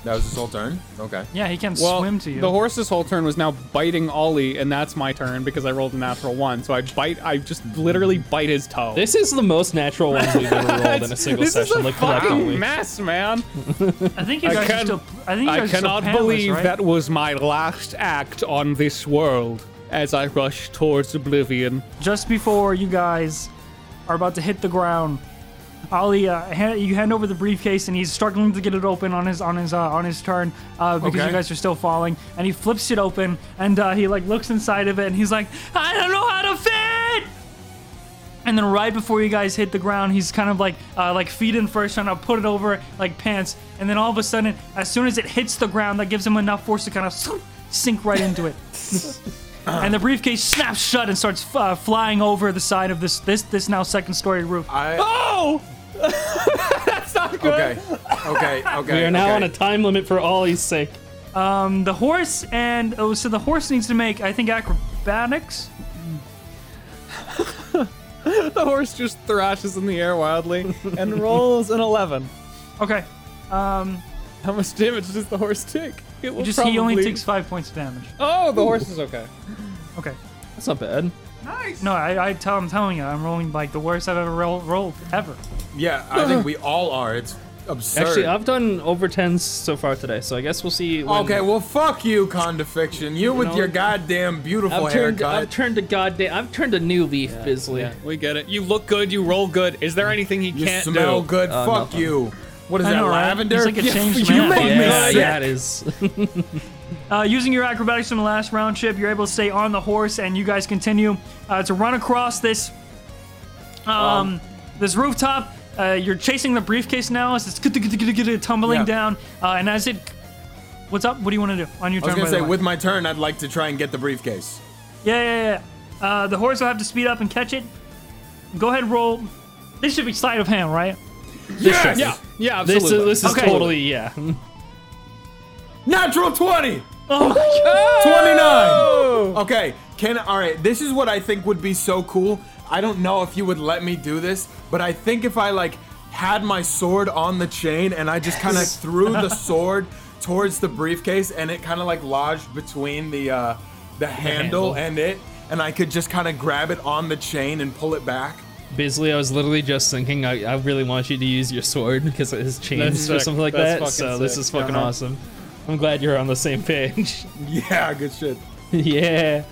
F: That was his whole turn. Okay.
A: Yeah, he can
D: Well,
A: swim to you.
D: the horse's whole turn was now biting Ollie, and that's my turn because I rolled a natural one. So I bite, I just literally bite his toe.
E: This is the most natural ones we've ever rolled in a single
D: This
E: session,
D: is a
E: like
D: fucking
E: collectively.
D: mess, man.
A: I think you
D: I
A: guys are
D: can-
A: still. I think you
D: I
A: guys are still
D: cannot
A: panelists,
D: believe
A: right?
D: that was my last act on this world as I rush towards oblivion.
A: Just before you guys are about to hit the ground, Ali, uh, hand, you hand over the briefcase, and he's struggling to get it open on his on his uh, on his turn uh, because
F: Okay.
A: you guys are still falling. And he flips it open, and uh, he like looks inside of it, and he's like, "I don't know how to fit." And then right before you guys hit the ground, he's kind of like uh, like feet in first, trying to put it over like pants. And then all of a sudden, as soon as it hits the ground, that gives him enough force to kind of sink right into it. and the briefcase snaps shut and starts uh, flying over the side of this this this now second story roof.
F: I
D: Oh! <laughs> that's not
F: okay,
D: good.
F: okay, okay.
E: We are now on a time limit for Ollie's sake.
A: The horse and oh, so the horse needs to make I think acrobatics.
D: The horse just thrashes in the air wildly
A: <laughs>
D: and rolls an 11.
A: Okay,
D: How much damage does the horse take? It will
A: just he only
D: probably-
A: takes five points of damage.
D: Oh, the horse is okay.
A: Okay,
E: That's not bad.
A: no, I, I tell I'm telling you, I'm rolling like the worst I've ever roll, rolled ever.
F: Yeah, I think we all are. It's absurd.
E: Actually, I've done over 10s so far today, so I guess we'll see. When
F: Okay, well, fuck you, Condifiction. You with
A: know-
F: your goddamn beautiful
E: I've turned,
F: haircut.
E: I've turned a goddamn. I've turned a new leaf, Bisley.
D: We get it. You look good. You roll good. Is there anything he
F: you
D: can't
F: smell
D: do?
F: good.
E: Uh,
F: fuck
E: nothing.
F: you. What is
A: I
F: that,
A: know, right?
F: lavender?
A: He's like a
F: Yeah,
A: changed
F: you
A: man.
F: make me
E: Yeah,
F: sick.
E: that is.
A: Uh, using your acrobatics from the last round, Chip, you're able to stay on the horse, and you guys continue uh, to run across this um, this rooftop. Uh, you're chasing the briefcase now as it's tumbling
F: Yeah.
A: down, uh, and as it, what's up? What do you want to do on your
F: I was
A: turn?
F: gonna
A: by
F: say,
A: the way?
F: with my turn, I'd like to try and get the briefcase.
A: yeah, yeah, yeah. Uh, the horse will have to speed up and catch it. Go ahead, roll. This should be sleight of hand, right?
F: Yes!
D: Yeah, yeah,
E: This is
D: absolutely.
E: this is
A: Okay.
E: totally yeah.
F: Natural 20!
A: Oh my god!
F: 29! Okay, Can all right. This is what I think would be so cool. I don't know if you would let me do this, but I think if I like had my sword on the chain and I just kind of threw
A: <laughs>
F: the sword towards the briefcase and it kind of like lodged between the uh, the handle
E: handle.
F: and it, and I could just kind of grab it on the chain and pull it back. <laughs>
E: Bisley, I was literally just thinking, I, I really want you to use your sword because it has chains or
D: sick.
E: something like that.
D: That's fucking
E: So this
D: sick.
E: is fucking
F: Uh-huh.
E: awesome. I'm glad you're on the same page. <laughs>
F: Yeah, good shit.
E: yeah.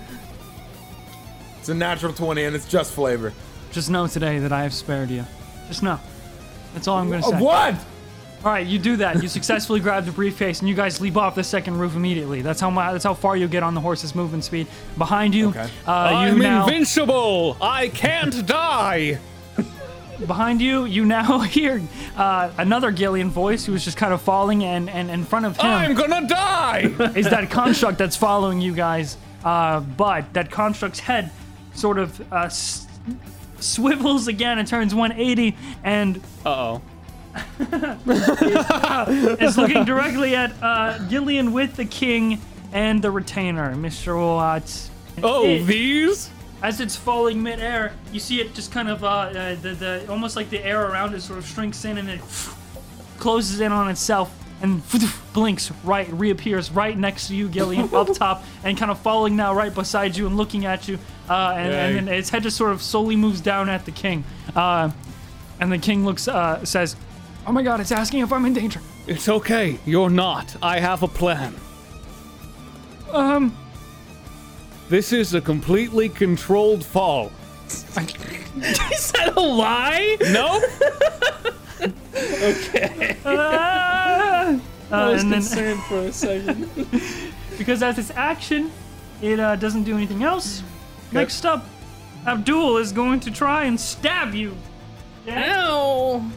F: It's a natural twenty and it's just flavor.
A: Just know today that I have spared you. Just know. That's all I'm gonna say.
F: Uh, what?
A: All right, you do that. You successfully grab the briefcase, and you guys leap off the second roof immediately. That's how mu- that's how far you get on the horse's movement speed. Behind you,
F: Okay.
A: uh, you
D: I'm
A: now
D: invincible. I can't die.
A: behind you you now <laughs> hear uh, another Gillian voice who is just kind of falling, and and in front of him
D: I'm
A: <laughs>
D: gonna die.
A: is that construct that's following you guys. Uh, but that construct's head sort of uh, s- swivels again and turns 180 and
D: Uh-oh. <laughs>
A: is looking directly at uh, Gillian with the king and the retainer, Mr. Watt. And
D: Oh,
A: it-
D: these?
A: as it's falling midair, you see it just kind of uh, uh, the the almost like the air around it sort of shrinks in and it closes in on itself and blinks right, reappears right next to you, Gillian, up top, and kind of falling now right beside you and looking at you. Uh, and, and then its head just sort of slowly moves down at the king. Uh, and the king looks, uh, says, "Oh my God, it's asking if I'm in danger."
D: It's okay. You're not. I have a plan.
A: Um,
D: This is a completely controlled fall.
E: Is that a lie?
D: Nope.
A: ah!
E: I
A: Uh,
E: was
A: and then
E: concerned for a second.
A: because that's its action, it uh, doesn't do anything else. Next up, Abdul is going to try and stab you.
E: Ow!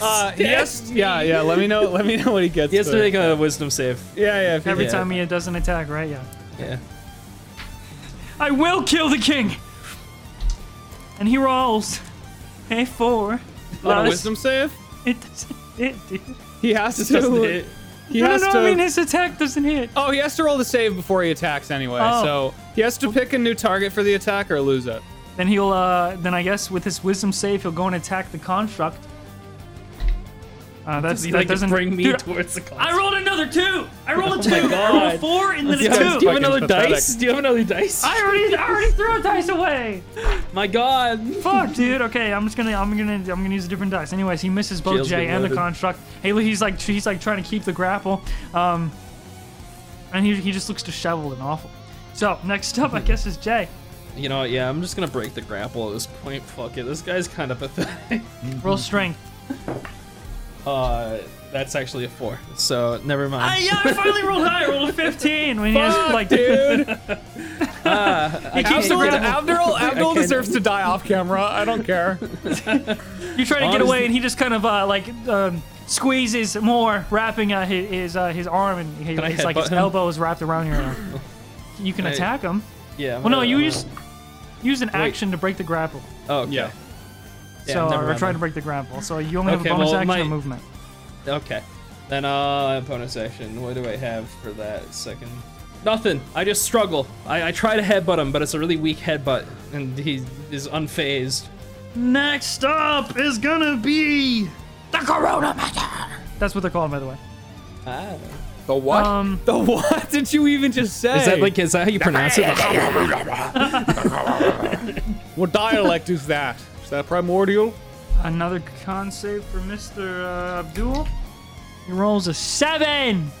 D: Uh, yes. Yeah, yeah. Let me know. Let me know what he gets.
E: He has to
D: for it.
E: make a wisdom save.
D: Yeah, yeah. If he
A: Every
E: Yeah.
A: time he does an attack, right? Yeah.
E: Yeah.
A: I will kill the king. And he rolls a four.
D: got a
A: plus-
D: wisdom save,
A: It doesn't hit, dude.
D: he has to.
E: Doesn't hit.
D: He
A: No, no,
D: has
A: no.
D: to.
A: I mean his attack doesn't hit.
D: oh, he has to roll the save before he attacks anyway.
A: Oh.
D: So he has to pick a new target for the attack or lose it.
A: Then he'll. uh Then I guess with his wisdom save, he'll go and attack the construct. Uh, that's,
E: He
A: that
E: like to
A: doesn't
E: bring me
A: Dude,
E: towards the clock.
A: I rolled another two. I rolled a two. I
E: God.
A: rolled a four and then a
E: Do
A: two.
E: you have another
D: pathetic.
E: dice? Do you have another dice?
A: I already, I already threw a dice away.
E: My God!
A: Fuck, dude. Okay, I'm just gonna, I'm gonna, I'm gonna use a different dice. Anyways, he misses both
E: Jail's
A: Jay
E: been
A: and the
E: loaded.
A: construct. Haley, he's like, he's like trying to keep the grapple, um, and he, he just looks disheveled and awful. So next up, I guess is Jay.
E: You know, what, yeah, I'm just gonna break the grapple at this point. Fuck it, this guy's kind of pathetic. <laughs>
A: Roll strength.
E: Uh, that's actually a four. So never
A: Ah,
E: mind.
A: yeah, I finally rolled high. I rolled a 15. When he has <laughs> like,
D: Dude,
A: he keeps the
D: Abdul,
A: grapple.
D: Abdul, Abdul deserves to die off camera. I don't care.
A: You try to get away,
E: Honestly-
A: and he just kind of uh, like um, squeezes more, wrapping uh, his his, uh, his arm, and he,
E: I
A: it's like
E: headbutt
A: his
E: him?
A: elbow is wrapped around your
E: <laughs>
A: arm. You can
E: I-
A: attack him.
E: yeah.
A: Well, no,
E: I'm
A: you
E: gonna-
A: just use an action to break the grapple.
E: Oh, okay.
D: <laughs> Yeah.
E: Yeah,
A: so,
E: never
A: or
E: mind
A: try to
E: then.
A: break the grapple. So you only
E: Okay,
A: have a bonus
E: well,
A: action
E: my-
A: and movement.
E: Okay. Then uh bonus action. What do I have for that second? Nothing. I just struggle. I, I try to headbutt him, but it's a really weak headbutt, and he is unfazed.
A: Next up is gonna be the Corona That's what they're called, by the way.
E: Ah.
F: The what?
A: Um,
D: The what did you even just say?
E: Is that like is that how you pronounce it?
D: what dialect is that? Is that primordial?
A: another con save for Mr. Uh, Abdul. He rolls a seven.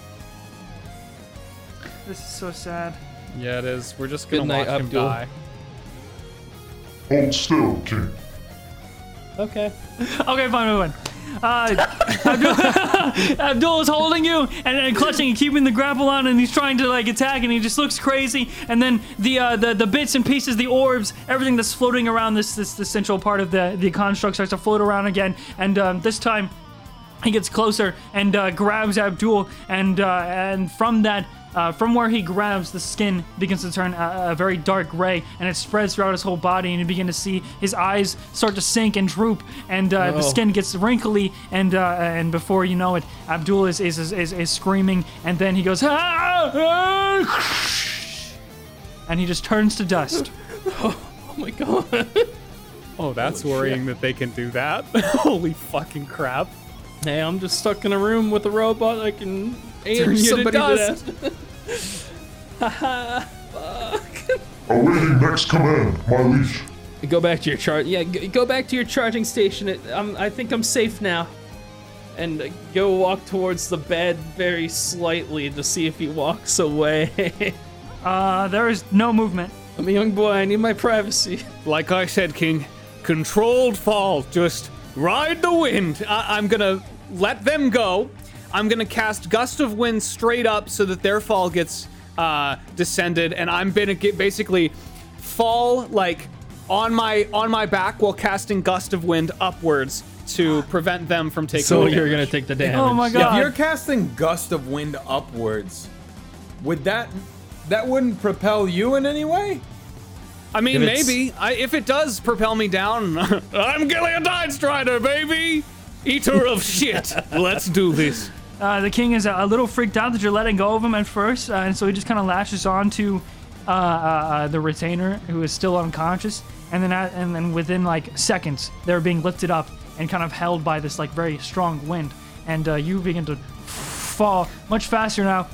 A: This is so sad.
D: Yeah, it is. We're just gonna
E: Good night,
D: watch
E: Abdul.
D: him die.
G: Hold still, King.
E: okay.
A: Okay, fine, fine, fine. Uh, Abdul, <laughs> Abdul is holding you and, and clutching and keeping the grapple on, and he's trying to like attack, and he just looks crazy. And then the uh, the the bits and pieces, the orbs, everything that's floating around this this, this central part of the the construct starts to float around again, and um, this time he gets closer and uh, grabs Abdul, and uh, and from that, uh, from where he grabs, the skin begins to turn a, a very dark gray, and it spreads throughout his whole body, and you begin to see his eyes start to sink and droop, and uh, the skin gets wrinkly, and uh, and before you know it, Abdul is is, is, is is screaming, and then he goes ah! ah!" and he just turns to dust.
E: Oh my god. <laughs>
D: Oh, that's worrying that they can do that. <laughs> Holy fucking crap.
E: hey, I'm just stuck in a room with a robot that can
D: Turn
E: aim
D: you to
E: somebody to
D: dust.
E: death.
G: Awaiting next command, my liege.
E: Go back to your charge. Yeah, g- go back to your charging station. It, I'm, I think I'm safe now. And uh, go walk towards the bed very slightly to see if he walks away. <laughs>
A: Uh, there is no movement.
E: I'm a young boy. I need my privacy. <laughs>
D: Like I said, King, controlled fall. Just ride the wind. I- I'm gonna let them go. I'm gonna cast gust of wind straight up so that their fall gets uh, descended, and I'm gonna get basically fall like on my on my back while casting gust of wind upwards to prevent them from taking.
E: So
D: damage.
E: you're gonna take the damage.
A: Oh my
F: If
A: god.
F: you're casting gust of wind upwards, would that that wouldn't propel you in any way?
D: I
E: If
D: mean,
E: it's-
D: maybe. I, if it does propel me down, <laughs> I'm Gileadine Strider, baby! Eater of shit. Let's do this.
A: Uh, the king is a, a little freaked out that you're letting go of him at first, uh, and so he just kind of lashes on to uh, uh, uh, the retainer who is still unconscious, and then at, and then within like seconds they're being lifted up and kind of held by this like very strong wind, and uh, you begin to fall much faster now.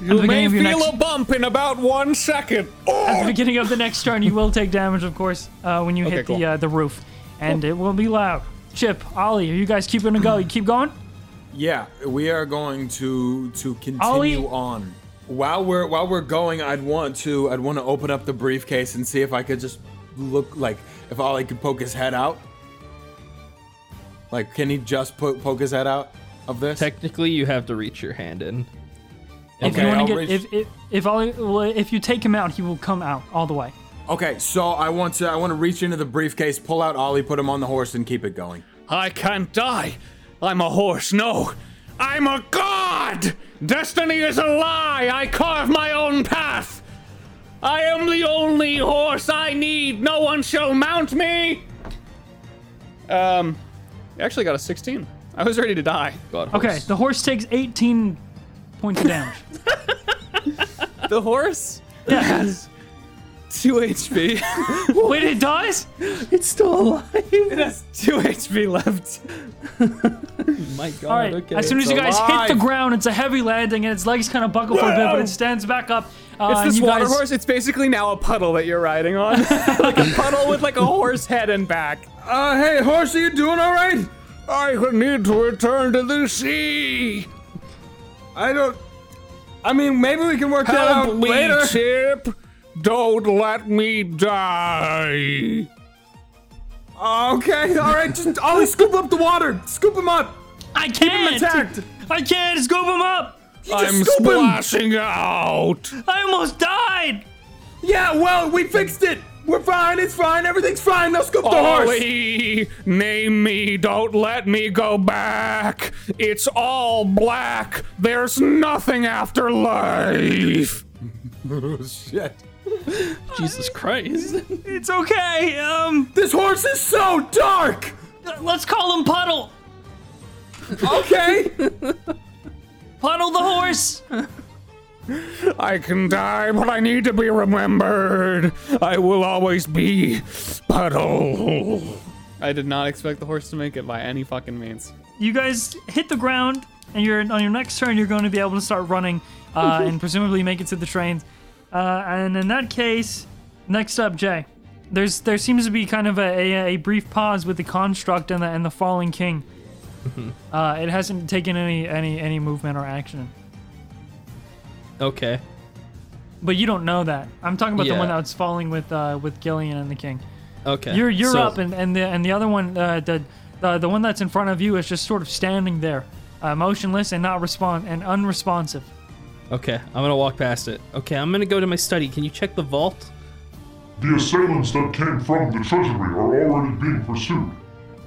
D: You
A: beginning
D: may
A: of
D: feel
A: your next-
D: a bump in about one second. Oh,
A: At the <laughs> beginning of the next turn, you will take damage, of course, uh, when you hit the
D: cool.
A: uh, the roof, and it will be loud. Chip, Ollie, are you guys keeping a go?
D: <clears throat>
A: You keep going.
F: Yeah, we are going to to continue
A: Ollie-
F: on. While we're while we're going, I'd want to I'd want to open up the briefcase and see if I could just look like if Ollie could poke his head out. Like, can he just po- poke his head out of this?
E: Technically, you have to reach your hand in.
A: If you
F: Okay,
A: wanna
F: I'll
A: get,
F: reach-
A: if if if, Ollie, well, if you take him out, he will come out all the way.
F: Okay, so I want to I want to reach into the briefcase, pull out Ollie, put him on the horse, and keep it going.
D: I can't die. I'm a horse. No. I'm a god! Destiny is a lie. I carve my own path. I am the only horse I need. No one shall mount me. Um, I actually got a 16. I was ready to die.
E: God,
A: Okay,
E: horse.
A: the horse takes 18 points of
F: <laughs>
A: damage.
D: The
A: <laughs>
D: horse
A: yeah.
D: has
A: <laughs>
D: 2 HP.
A: Wait, it dies?
E: it's still alive.
D: it has 2 HP left.
E: my God.
A: All right.
E: Okay.
A: as soon as
F: it's
A: you guys
F: alive.
A: hit the ground, it's a heavy landing, and its legs kind of buckle for a bit, but it stands back up. Uh,
D: It's
A: and
D: this
A: you
D: water
A: guys-
D: horse. It's basically now a puddle that you're riding
F: <laughs>
D: on. like a puddle with like a horse head and back.
F: Uh, hey, horse, are you doing all right?
D: I need to return to the sea.
F: I don't. I mean, maybe we can work that out later.
D: Chip. Don't let me die.
F: Okay, all right. Just Ollie, scoop up the water. Scoop him up.
A: I can't.
F: Attacked.
A: I can't scoop him up.
F: I'm scoop him.
D: out.
A: I almost died.
F: Yeah, well, we fixed it. We're fine. It's fine. Everything's fine. Now scoop the
A: Oh,
F: horse.
D: Ollie, name me. Don't let me go back. It's all black. There's nothing after life.
F: Shit.
E: Jesus Christ.
A: It's okay. Um,
F: This horse is so dark.
A: let's call him Puddle.
F: Okay.
A: Puddle the horse.
D: <laughs> I can die, but I need to be remembered. I will always be puddle. I did not expect the horse to make it by any fucking means.
A: you guys hit the ground, and you're on your next turn. You're going to be able to start running, uh, and presumably make it to the trains. Uh, and in that case, next up, Jay. There's there seems to be kind of a, a, a brief pause with the construct and the and the falling king. Uh, it hasn't taken any any any movement or action,
E: Okay.
A: but you don't know that. I'm talking about the one
E: Yeah.
A: that's falling with uh, with Gillian and the king.
E: Okay.
A: You're you're
E: So-
A: up, and, and the and the other one, uh, the, the the one that's in front of you is just sort of standing there, uh, motionless and not respond and unresponsive.
E: Okay, I'm gonna walk past it. Okay, I'm gonna go to my study. Can you check the vault?
G: The assailants that came from the treasury are already being pursued.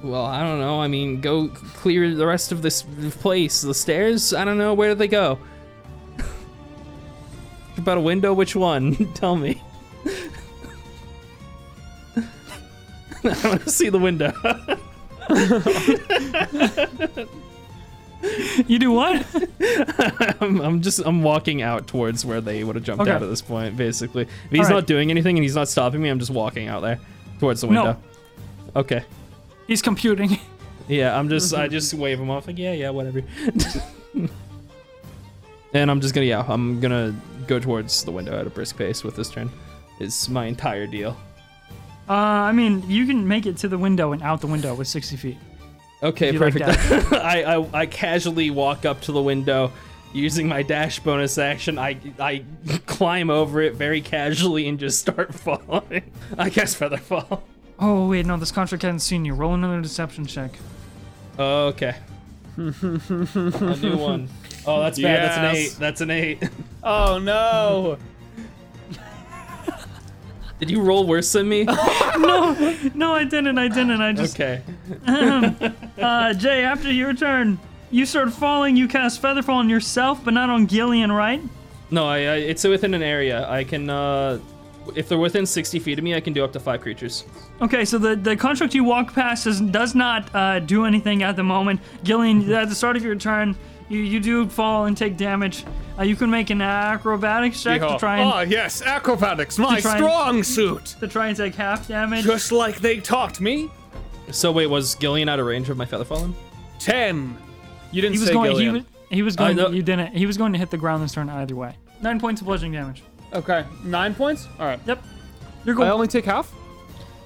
E: Well, I don't know. I mean, go c- clear the rest of this place. The stairs? I don't know. Where do they go? <laughs> About a window? Which one? <laughs> Tell me. <laughs> I want to see the window.
A: You do what?
E: I'm, I'm just I'm walking out towards where they would have jumped
A: Okay.
E: out at this point, basically. If he's
A: Alright.
E: not doing anything and he's not stopping me, I'm just walking out there towards the
A: No.
E: window. Okay.
A: He's computing.
E: Yeah, I'm
A: <laughs>
E: just I just wave him off like yeah, yeah, whatever. <laughs> and I'm just gonna yeah, I'm gonna go towards the window at a brisk pace with this turn. Is my entire deal.
A: Uh, I mean, you can make it to the window and out the window with 60 feet.
E: Okay,
A: You like
E: perfect. <laughs> I, I I casually walk up to the window using my dash bonus action. I I climb over it very casually and just start <laughs> falling. I guess feather fall.
A: Oh, wait, no, this contract hasn't seen you. Roll another deception check. <laughs>
E: Okay. a new one. Oh, that's bad.
D: Yes.
E: That's an eight. <laughs> That's an eight.
D: Oh no!
E: Did you roll worse
A: <laughs>
E: than me?
A: No, I didn't, I didn't. I just.
E: Okay.
A: Uh, Jay, after your turn, you start falling. You cast Featherfall on yourself, but not on Gillian, right?
E: No, I, I it's within an area. I can uh if they're within 60 feet of me, I can do up to five creatures.
A: Okay, so the, the contract you walk past does, does not uh, do anything at the moment. Gillian, at the start of your turn, you, you do fall and take damage. Uh, you can make an acrobatics check to try and
D: oh yes, acrobatics, my
A: try and-
D: strong suit.
A: to try and take half damage.
D: Just like they taught me.
E: So wait, was Gillian out of range of my feather fallen?
D: Ten. You didn't
A: He was
D: say
A: going. He
D: Gillian.
A: was, he was going.
E: know-
A: You didn't. He was going to hit the ground this turn either way. Nine points of bludgeoning damage.
D: Okay, nine points. All right.
A: Yep. You're
D: I
A: going.
D: only take half.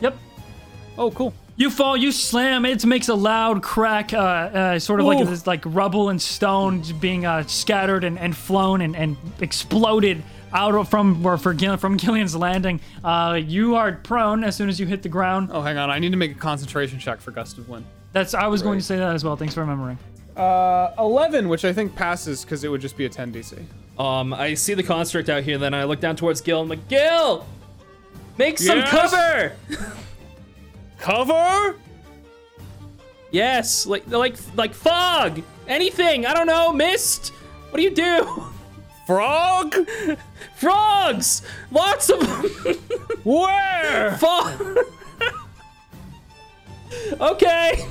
A: yep.
D: Oh, cool.
A: You fall. You slam. It makes a loud crack, uh, uh, sort of like
D: Ooh.
A: this, like rubble and stone being uh, scattered and, and flown and, and exploded out of, from or for Gil- from Gillian's landing. Uh, you are prone as soon as you hit the ground.
D: Oh, hang on. I need to make a concentration check for gust of wind.
A: That's. I was going to say that as well. Thanks for remembering.
D: Uh, eleven, which I think passes because it would just be a ten DC.
E: Um, I see the construct out here, then I look down towards Gil. I'm like, Gil, make some
D: Yes?
E: cover.
D: <laughs> Cover.
E: Yes, like like like fog, anything. I don't know, mist. What do you do? <laughs>
D: Frog.
E: Frogs, lots of them. <laughs>
D: Where?
E: fog. <laughs> okay.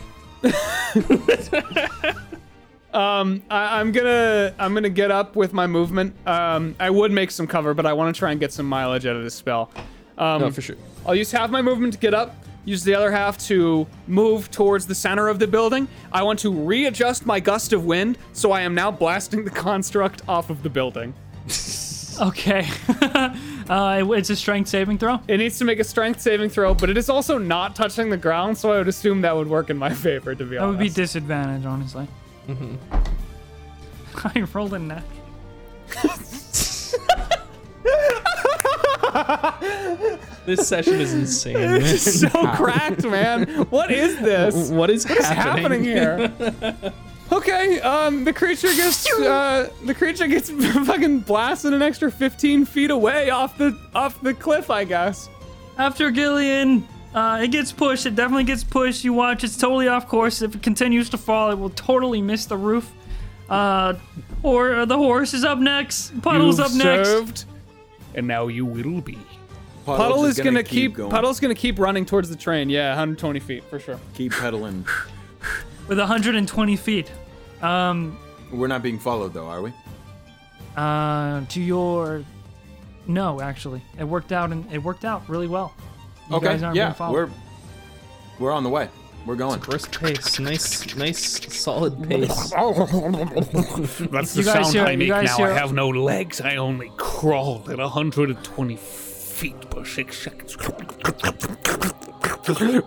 D: Um, I, I'm gonna I'm gonna get up with my movement. Um, I would make some cover, but I want to try and get some mileage out of this spell. Um,
E: sure.
D: I'll use half my movement to get up, use the other half to move towards the center of the building. I want to readjust my gust of wind, so I am now blasting the <laughs> construct off of the building.
A: Okay. <laughs> uh, it's a strength saving throw.
D: It needs to make a strength saving throw, but it is also not touching the ground, so I would assume that would work in my <laughs> favor, to be
A: That
D: honest.
A: would be disadvantage, honestly.
D: Mm-hmm.
A: <laughs> I rolled a net.
E: This session is insane.
A: <laughs>
E: man.
D: <laughs> so cracked, man. What is this?
E: What is
D: What's
A: <laughs>
D: happening here? Okay, um, the creature gets uh, the creature gets <laughs> fucking blasted an extra 15 feet away off the off the cliff, I guess.
A: After Gillian, uh, it gets pushed. It definitely gets pushed. You watch, it's totally off course. If it continues to fall, it will totally miss the roof. Uh, or uh, the horse is up next. Puddle's
D: You've
A: up next. Oh,
D: served, and now you will be.
B: Puddle,
D: Puddle
B: just
D: is gonna, keep,
B: going.
D: Puddle's gonna keep running towards the train. Yeah, 120 feet for sure.
B: Keep pedaling.
A: With 120 feet. Um,
B: We're not being followed though, are we?
A: uh, to your. No, actually, it worked out, and it worked out really well. You
B: okay.
A: guys aren't being
B: yeah.
A: followed.
B: We're we're on the way. We're going.
E: Brisk pace, nice, nice, solid pace.
H: That's the
A: You guys
H: sound
A: hear-
H: I
A: you
H: make
A: guys
H: now.
A: hear-
H: I have no legs. I only crawl at 120 feet per six seconds.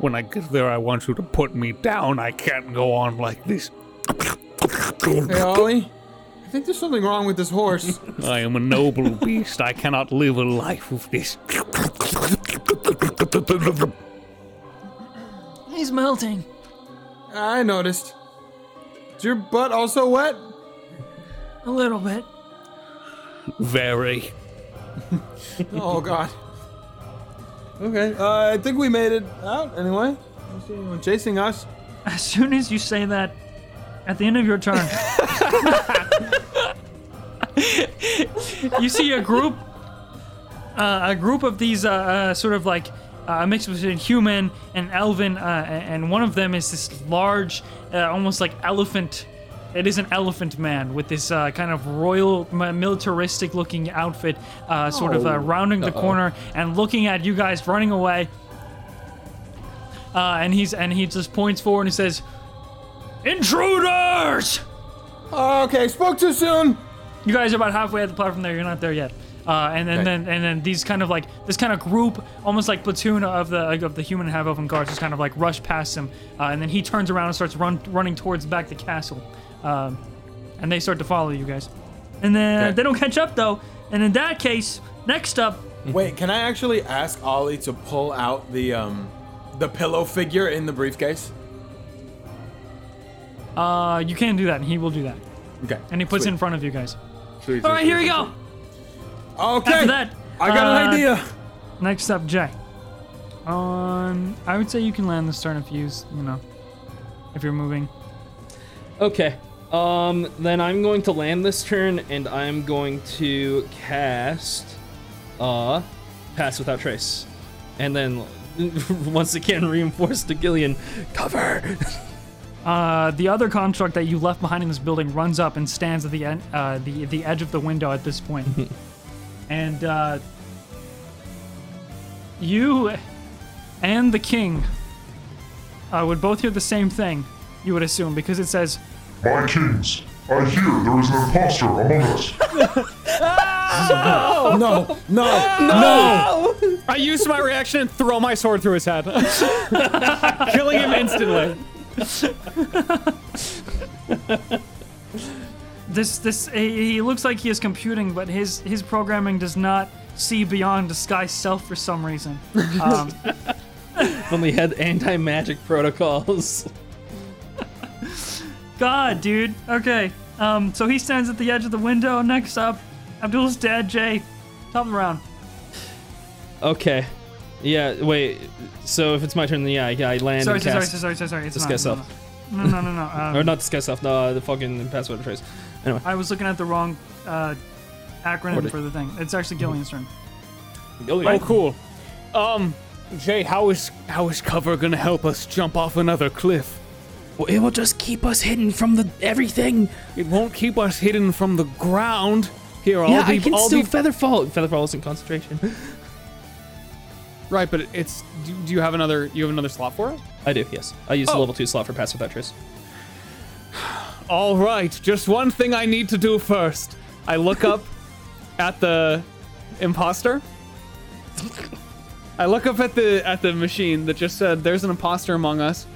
H: When I get there, I want you to put me down. I can't go on like this.
B: Hey, Ollie. I think there's something wrong with this
A: <laughs>
B: horse.
H: I am a noble beast. I cannot live a life of this.
A: He's melting.
B: I noticed. Is your butt also wet?
A: A little bit.
H: Very.
B: Oh God. Okay. Uh, I think we made it out anyway. Don't see anyone chasing us.
A: As soon as you say that, at the end of your turn, you see a group, uh, a group of these uh, uh, sort of like uh, a mix between human and elven, uh, a- and one of them is this large, uh, almost like elephant It is an elephant man with this uh, kind of royal, m- militaristic-looking outfit, uh, sort of uh, rounding the corner and looking at you guys running away. Uh, and he's and he just points forward and he says, "Intruders!"
B: Uh, Okay, spoke too
A: <laughs>
B: soon.
A: You guys are about halfway at the platform there. You're not there yet. Uh, and then, then and then these kind of like this kind of group, almost like platoon of the of the human half elven guards, just kind of like rush past him. Uh, and then he turns around and starts run running towards back the castle. Um, and they start to follow you guys. And then they don't catch up though. And in that case, next up,
B: Wait, can I actually ask Ollie to pull out the um the pillow figure in the briefcase?
A: uh, you can do that, and he will do that.
B: Okay.
A: And he puts it
B: sweet.
A: in front of you guys.
B: Sweet,
A: All right,
B: sweet,
A: here we go.
B: sweet. Okay.
A: After that,
B: I got an
A: uh, <laughs>
B: idea.
A: Next up, Jay. Um, I would say you can land the stern if you use, you know, if you're moving.
E: Okay. Um, then I'm going to land this turn, and I'm going to cast, uh, pass without trace, and then <laughs> once again reinforce to Gillian, cover. <laughs>
A: Uh, the other construct that you left behind in this building runs up and stands at the end, uh, the the edge of the window at this point, and uh, you and the king uh, would both hear the same thing. You would assume because it says
G: My kings, I hear there is an imposter among us.
B: No, no,
A: <laughs>
D: I use my reaction and throw my sword through his head, <laughs> killing him instantly.
A: this this he he looks like he is computing, but his his programming does not see beyond disguise self for some reason. Um,
E: Only had anti magic protocols. <laughs>
A: God, dude. Okay. Um, so he stands at the edge of the window. Next up, Abdul's dad, Jay. Top of the round.
E: Okay. Yeah. Wait. So if it's my turn, then yeah, I, I land
A: Sorry,
E: and
A: sorry, sorry,
E: cast.
A: sorry, sorry, sorry. It's
E: Just
A: not.
E: guess
A: no,
E: up.
A: No, no, no, no. no. Um,
E: <laughs> Or not discuss stuff. No, the fucking pass without trace.
A: I was looking at the wrong uh, acronym
E: Order.
A: for the thing. It's actually
E: Mm-hmm.
A: Gillian's turn.
E: Gillian.
H: Oh, cool. Um, Jay, how is how is cover gonna help us jump off another cliff?
E: Well, It will just keep us hidden from the everything.
H: It won't keep us hidden from the ground. Here, I'll
E: yeah,
H: be,
E: I can
H: I'll
E: still
H: be
E: feather fall. Feather fall is in concentration.
D: Right, but it's. Do, do you have another? You have another slot for it?
E: I do. Yes, I use the
D: Oh.
E: level two slot for pass without trace.
H: All right, just one thing I need to do first.
D: I look <laughs> up at the imposter. I look up at the at the machine that just said there's an imposter among us.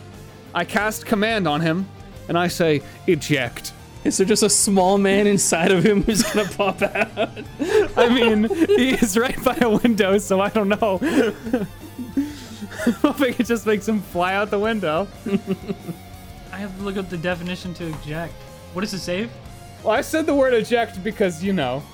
D: I cast command on him, and I say eject.
E: Is there just a small man inside of him who's gonna pop out?
D: I mean, <laughs> he is right by a window, so I don't know. <laughs> I'm hoping it just makes him fly out the window.
A: I have to look up the definition to eject. What is the <laughs> save?
D: Well, I said the word eject because you know.
E: <laughs>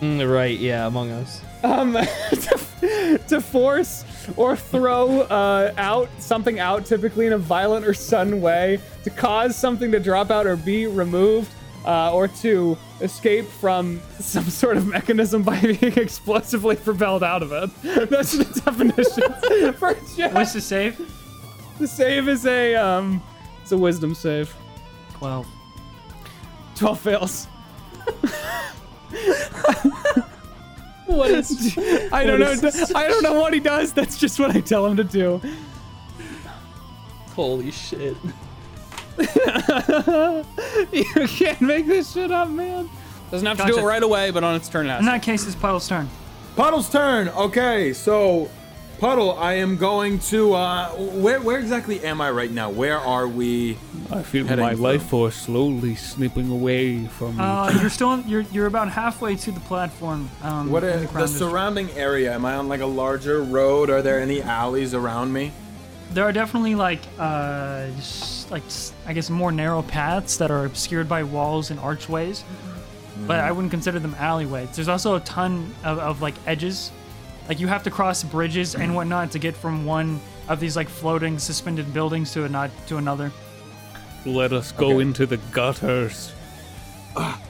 E: Mm, right. Yeah, Among Us.
D: um, to, to force or throw uh, out something out, typically in a violent or sudden way, to cause something to drop out or be removed, uh, or to escape from some sort of mechanism by <laughs> being explosively propelled out of it. <laughs> That's the definition <laughs> for eject.
A: What's the save?
D: The save is a um, it's a wisdom save.
A: Twelve.
D: Twelve fails.
E: What is?
D: <laughs> I don't know. I don't know what he does. That's just what I tell him to do.
E: Holy shit!
D: <laughs> You can't make this shit up, man. Doesn't have to do
A: Gotcha.
D: it right away, but on its turn
A: In
D: last.
A: that case, it's Puddle's turn.
B: Puddle's turn. Okay, so Puddle, I am going to. Uh, where where exactly am I right now? Where are we?
H: I feel
B: Heading
H: my
B: from-
H: life force slowly slipping away from me.
A: Uh, you're still in, you're you're about halfway to the platform. Um,
B: What
A: in
B: is
A: the
B: the
A: crown district.
B: surrounding area? Am I on like a larger road? Are there any alleys around me?
A: There are definitely like, uh, s- like s- I guess more narrow paths that are obscured by walls and archways, but I wouldn't consider them alleyways. There's also a ton of, of like edges, like you have to cross bridges and whatnot to get from one of these like floating suspended buildings to a not to another.
H: Let us go into the gutters.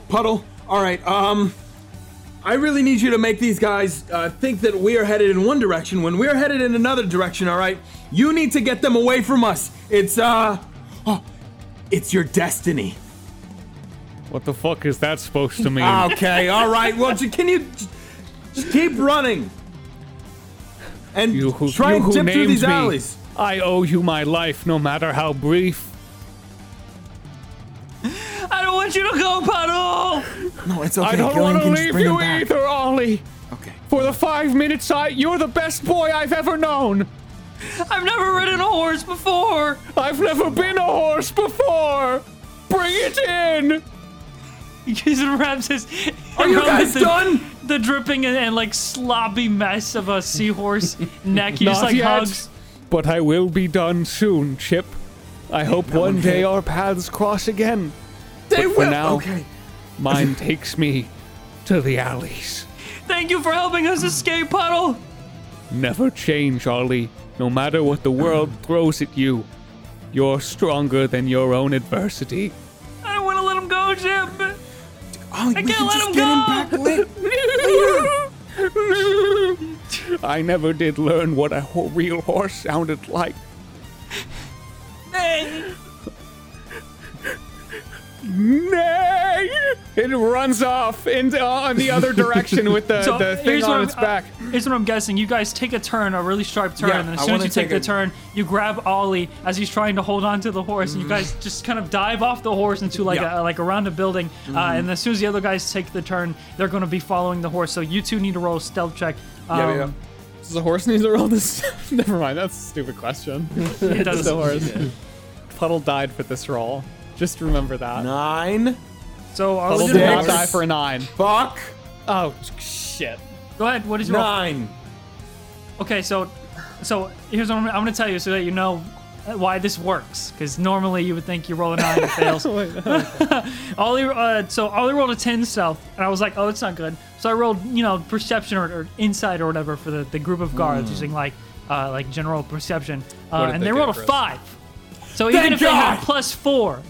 B: Puddle. All right. Um, I really need you to make these guys uh, think that we are headed in one direction when we're headed in another direction. All right. You need to get them away from us. It's uh, oh,
F: It's your destiny.
H: What the fuck is that supposed to mean? <laughs>
F: Okay, all right. Well, j- can you j- just keep running?
B: And
H: you who,
B: try
H: you
B: and
H: who
B: dip
H: named
B: through these
H: me,
B: alleys.
H: I owe you my life, no matter how brief.
A: I don't want you to go, Puddle!
F: No, it's okay.
H: I don't
F: Gillian
H: want to
F: can just
H: leave
F: bring
H: you
F: him back.
H: either, Ollie.
F: Okay.
H: For the five minutes, I you're the best boy I've ever known.
A: I've never ridden a horse before! <laughs>
H: I've never been a horse before. Bring it in.
A: Jason wraps <laughs> his.
F: Are you guys
A: the,
F: done?
A: The dripping and, and like sloppy mess of a <laughs> seahorse neck. He just
H: Not
A: like
H: yet,
A: hugs.
H: but I will be done soon, Chip. I hope one day our paths cross again.
F: They
H: But for
F: will.
H: now-
F: Okay.
H: Mine takes me to the alleys.
A: Thank you for helping us escape, Puddle.
H: Never change, Ollie. No matter what the world throws at you, you're stronger than your own adversity.
A: I don't want to let him go, Jim.
F: Oh, we
A: can't
F: can
A: let
F: just
A: him
F: get
A: go.
F: him
A: <laughs>
F: back. Lit.
H: I never did learn what a ho- real horse sounded like. Neigh! It runs off in uh, in the other direction with the,
A: <laughs> So,
H: the thing
A: Oh, here's what
H: on
A: I'm- uh,
H: its back.
A: Here's what I'm guessing. You guys take a turn, a really sharp turn,
F: Yeah,
A: and
F: I
A: as soon as
F: wanna
A: you take,
F: take
A: the
F: a-
A: turn, you grab Ollie as he's trying to hold on to the horse, and you guys just kind of dive off the horse into like
F: Yeah.
A: a, like around a building. Uh, and as soon as the other guys take the turn, they're going to be following the horse. So you two need to roll a stealth check. Um,
F: Yeah, yeah.
D: Does the horse need to roll this? <laughs> Never mind. That's a stupid question.
A: It does.
D: the horse. Puddle died for this roll. Just remember that.
F: Um, Nine.
A: So uh, I'll
D: Puddle
A: do
D: did not
A: it.
D: die for a nine.
F: Fuck.
D: Oh shit.
A: Go ahead. What is your roll?
F: Nine.
A: Okay, so so here's what I'm, I'm gonna tell you so that you know why this works. Because normally you would think you roll a
F: <laughs>
A: nine and it fails. <laughs> Ollie, uh, so Ollie rolled a ten stealth, and I was like, oh, it's not good. So I rolled, you know, perception or, or insight or whatever for the, the group of guards using like uh, like general perception, uh,
D: Hmm. did
A: and
D: they
A: they
D: get,
A: rolled a
D: Chris?
A: five. So even
F: Thank
A: if they had
F: God!
A: plus four,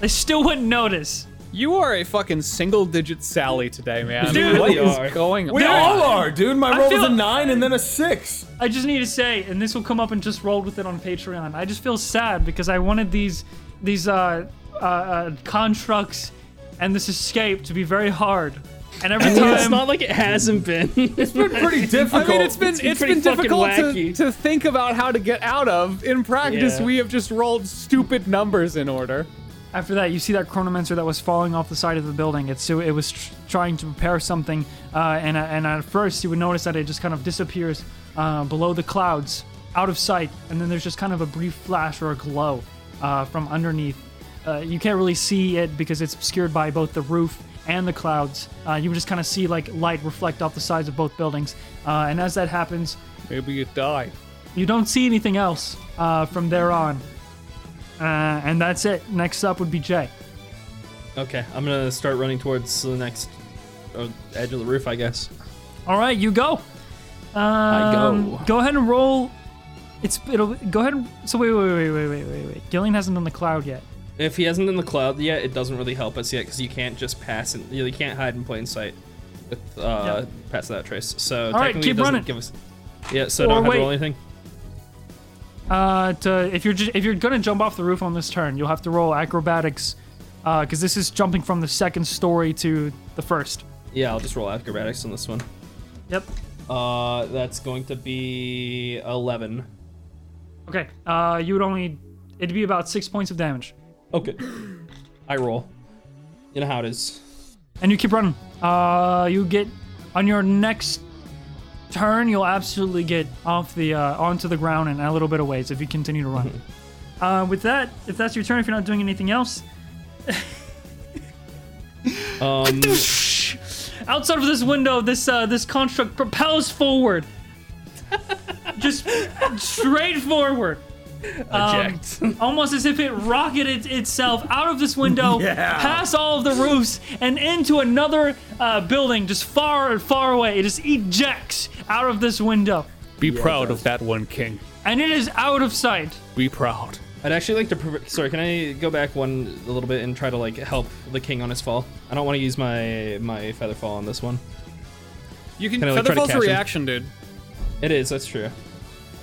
A: they still wouldn't notice.
D: You are a fucking single-digit Sally today, man.
A: Dude.
D: what
A: We
D: is
E: are.
D: going
F: We
D: on?
F: all are, dude. My roll was
A: feel-
F: a nine and then a six. <laughs>
A: I just need to say, and this will come up and just rolled with it on Patreon. I just feel sad because I wanted these these uh, uh, uh, constructs and this escape to be very hard, and every
E: It's
A: time
E: not like it hasn't been. <laughs>
F: Pretty
D: I
F: difficult.
D: mean, it's been it's
E: pretty fucking
D: been difficult to,
E: wacky.
D: to think about how to get out of. In practice,
E: Yeah.
D: we have just rolled stupid numbers in order.
A: after that, you see that chronomancer that was falling off the side of the building. It's so it was tr- trying to prepare something, uh, and uh, and at first you would notice that it just kind of disappears uh, below the clouds, out of sight, and then there's just kind of a brief flash or a glow uh, from underneath. Uh, you can't really see it because it's obscured by both the roof and the clouds. Uh, you just kind of see like light reflect off the sides of both buildings, uh, and as that happens,
H: Maybe it died.
A: you don't see anything else uh, from there on. Uh, and that's it. Next up would be Jay.
E: okay, I'm gonna start running towards the next uh, edge of the roof, I guess.
A: All right, you go.
E: I
A: Um,
E: go.
A: Go ahead and roll. It's it'll go ahead. And, so wait, wait, wait, wait, wait, wait, wait. Gillian hasn't done the cloud yet.
E: If he hasn't in the cloud yet, it doesn't really help us yet because you can't just pass and you can't hide in plain sight with uh, pass that trace. So
A: right,
E: technically,
A: keep
E: it doesn't
A: running.
E: give us. Yeah, so I
A: Or
E: don't have to roll
A: wait.
E: anything.
A: Uh, to, if you're ju- if you're gonna jump off the roof on this turn, you'll have to roll acrobatics, because this is jumping from the second story to the first.
E: Yeah, I'll just roll acrobatics on this one.
A: Yep.
E: Uh, that's going to be eleven.
A: Okay. Uh, you would only it'd be about six points of damage,
E: Okay, Oh, I roll. You know how it is.
A: and you keep running. Uh, you get on your next turn, you'll absolutely get off the uh, onto the ground and a little bit of ways if you continue to run. Uh, with that, if that's your turn, if you're not doing anything else,
E: Um,
A: <laughs> outside of this window, this uh, this construct propels forward, <laughs> just straight forward,
E: eject.
A: almost as if it rocketed itself out of this window, past all of the roofs, and into another uh, building, just far and far away. It just ejects out of this window,
H: Be proud of that one, King.
A: and it is out of sight.
H: Be proud.
E: I'd actually like to. Prov- Sorry, can I go back one a little bit and try to like help the king on his fall? I don't want to use my my feather fall on this one.
D: You can,
E: Can I, like, try to
D: Featherfall's a
E: catch him?
D: reaction, dude.
E: It is. That's true.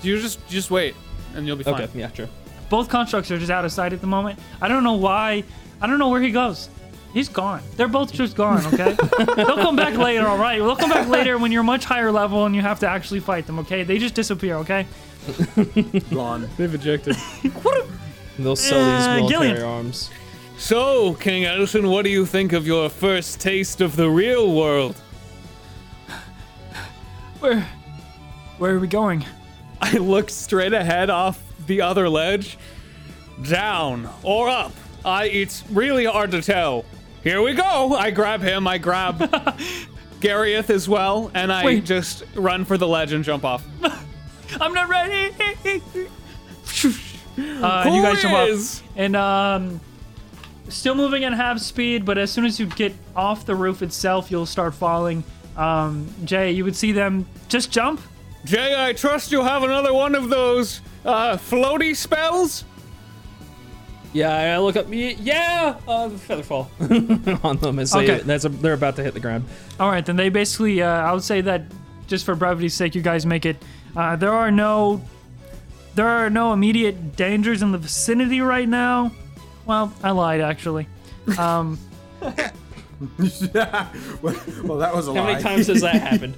D: You just you just wait, and you'll be fine.
E: Okay. Yeah. True.
A: Both constructs are just out of sight at the moment. I don't know why. I don't know where he goes. He's gone. They're both just gone, okay? They'll come back later, all right? They'll come back later when you're much higher level and you have to actually fight them, okay? They just disappear, okay?
B: Blonde.
H: They've ejected.
E: They'll sell these
A: Uh,
E: military
A: Gillian.
E: arms.
H: so, King Edison, what do you think of your first taste of the real world?
A: Where where are we going?
H: <laughs> I look straight ahead off the other ledge. Down or up. I it's really hard to tell. Here we go. I grab him, I grab <laughs> Gareth as well, and I
A: Wait.
H: just run for the ledge and jump off.
A: I'm not <laughs> ready. Uh, you guys jump
H: Quiz!
A: up and um, still moving at half speed, but as soon as you get off the roof itself, you'll start falling. Um, Jay, you would see them just jump.
H: Jay, I trust you have another one of those uh floaty spells?
E: Yeah, I look up. y- Yeah, uh, feather fall <laughs> on them as
A: Okay.
E: they that's a, they're about to hit the ground.
A: All right, then they basically. Uh, I would say that just for brevity's sake, you guys make it. Uh, there are no, there are no immediate dangers in the vicinity right now. Well, I lied actually. Um,
B: well, well, that was a
E: How
B: lie.
E: many times has that happened?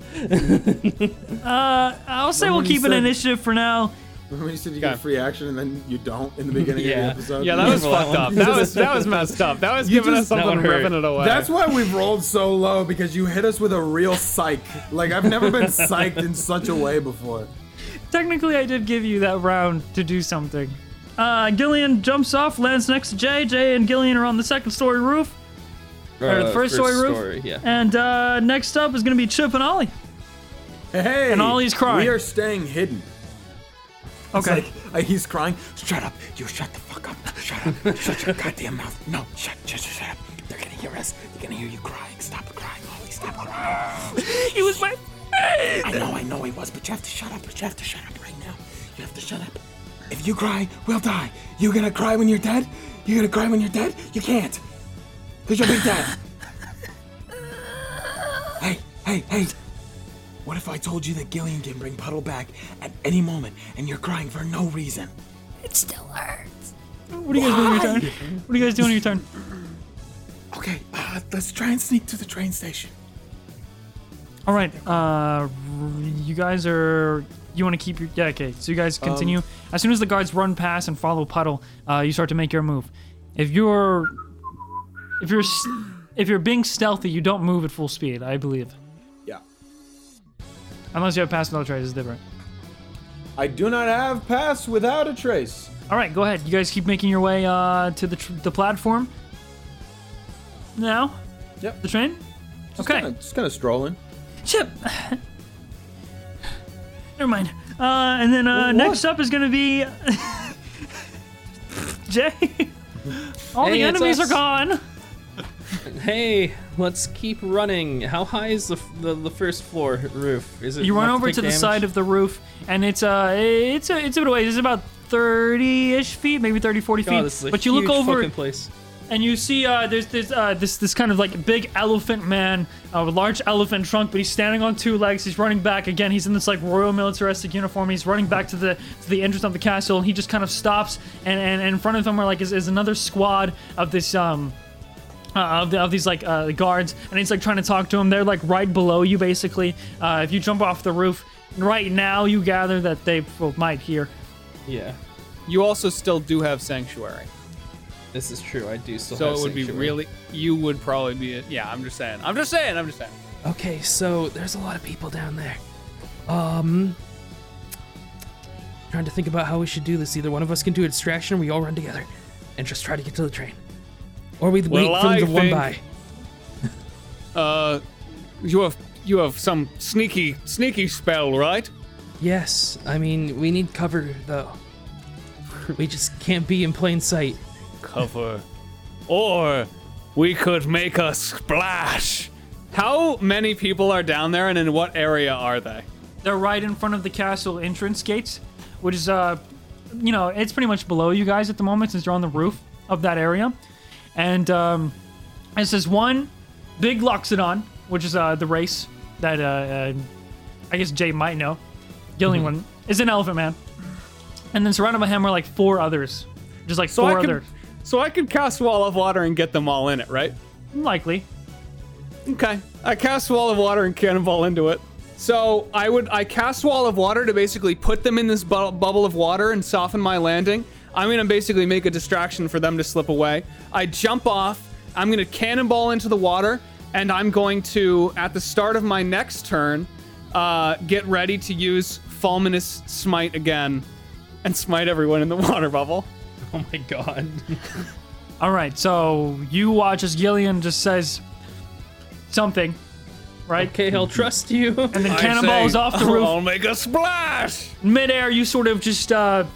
A: I'll say we'll
B: Remember you
A: keep an
B: said-
A: initiative for now.
B: Remember you said you get free action and then you don't in the beginning
E: <laughs> Yeah.
B: of the episode?
H: Yeah, that was
E: Well, that
H: fucked
E: one-
H: up. That was that was messed up. That was giving us
E: that
H: something
E: one hurt.
H: ripping it away.
B: <laughs> That's why we've rolled so low because you hit us with a real psych. Like I've never been psyched in such a way before.
A: Technically, I did give you that round to do something. Uh, Gillian jumps off, lands next to Jay. Jay and Gillian are on the second story roof, or the
E: Uh,
A: first, story roof.
E: yeah.
A: And uh, next up is going to be Chip and Ollie.
B: Hey,
A: And Ollie's crying.
B: We are staying hidden.
A: Okay.
B: Like, like he's crying.
F: Shut up. You shut the fuck up. Shut up. shut your goddamn mouth. No, shut, shut, shut, shut up. They're gonna hear us. They're gonna hear you crying. Stop crying, Ollie. Stop crying.
A: it was my.
F: I know, I know it was, but you have to shut up. But you have to shut up right now. You have to shut up. If you cry, we'll die. You gonna cry when you're dead? You gonna cry when you're dead? You can't. Cause you'll be dead. hey, hey, hey. What if I told you that Gillian can bring Puddle back at any moment and you're crying for no reason?
I: It still hurts.
A: What are you guys doing on your turn? What are you guys doing on your turn?
F: Okay, uh, let's try and sneak to the train station.
A: All right. Uh, r- you guys are. You want to keep your. Yeah, okay. So you guys continue. as soon as the guards run past and follow Puddle, uh, you start to make your move. If you're. If you're. s- If you're being stealthy, you don't move at full speed, I believe.
B: Yeah.
A: Unless you have pass without trace, it's different.
B: I do not have pass without a trace.
A: All right, go ahead. You guys keep making your way uh, to the tr- the platform. Now.
B: Yep.
A: The train. okay.
B: Kinda- just kind of strolling.
A: Chip. <sighs> Never mind. Uh, and then uh, next up is gonna be <laughs> Jay. All
E: Hey,
A: the
E: it's
A: enemies
E: us.
A: are gone.
E: Hey, let's keep running. How high is the f- the, the first floor roof? Is it
A: You run
E: enough
A: over
E: take
A: to the
E: damage?
A: side of the roof, and it's uh, it's a, it's a bit of ways. It's about. 30-ish feet, maybe 30, 40 feet.
E: God, this is a
A: but you look
E: huge
A: over
E: fucking place.
A: and you see uh, there's this uh, this this kind of like big elephant man uh, with a large elephant trunk, but he's standing on two legs. He's running back again. He's in this like royal militaristic uniform. He's running back to the to the entrance of the castle, and he just kind of stops. And, and, and in front of him are like is, is another squad of this um. Uh, of, the, of these like uh, guards, and he's like trying to talk to them. They're like right below you, basically. Uh, if you jump off the roof right now, you gather that they well, might hear.
E: Yeah,
D: You also still do have sanctuary,
E: this is true. I do still.
D: so
E: have
D: it would be
E: sanctuary.
D: really. You would probably be. Yeah, I'm just saying. I'm just saying. I'm just saying.
E: Okay, so there's a lot of people down there. Um, trying to think about how we should do this. Either one of us can do a distraction, or we all run together, and just try to get to the train, or we
H: Well,
E: wait for them
H: I
E: to run
H: think-
E: by.
H: Uh you have you have some sneaky sneaky spell, right?
E: Yes, I mean we need cover though. We just can't be in plain sight.
H: cover. Or we could make a splash.
D: How many people are down there, and in what area are they?
A: They're right in front of the castle entrance gates, which is, uh, you know, it's pretty much below you guys at the moment since you're on the roof of that area. And um, it says one big Loxodon, which is uh, the race
H: Mm-hmm.
A: that uh, uh, I guess Jay might know. Gillian one is an elephant man. And then surrounded by him are like four others. Just like
H: So
A: four
H: I could,
A: others.
H: so I could cast Wall of Water and get them all in it, right?
A: Likely.
H: Okay. I cast Wall of Water and Cannonball into it. So I would I cast Wall of Water to basically put them in this bu- bubble of water and soften my landing. I'm gonna basically make a distraction for them to slip away. I jump <laughs> off. I'm gonna Cannonball into the water, and I'm going to at the start of my next turn, uh, get ready to use Fulminous Smite again, and smite everyone
D: <laughs>
H: in the water bubble.
E: Oh my god.
A: All right, so you watch as Gillian just says something, right?
E: Okay, I'll trust you.
A: And then Cannonball is
H: <laughs>
A: off the roof.
H: I'll make a splash.
A: Midair, you sort of just uh,
E: <laughs>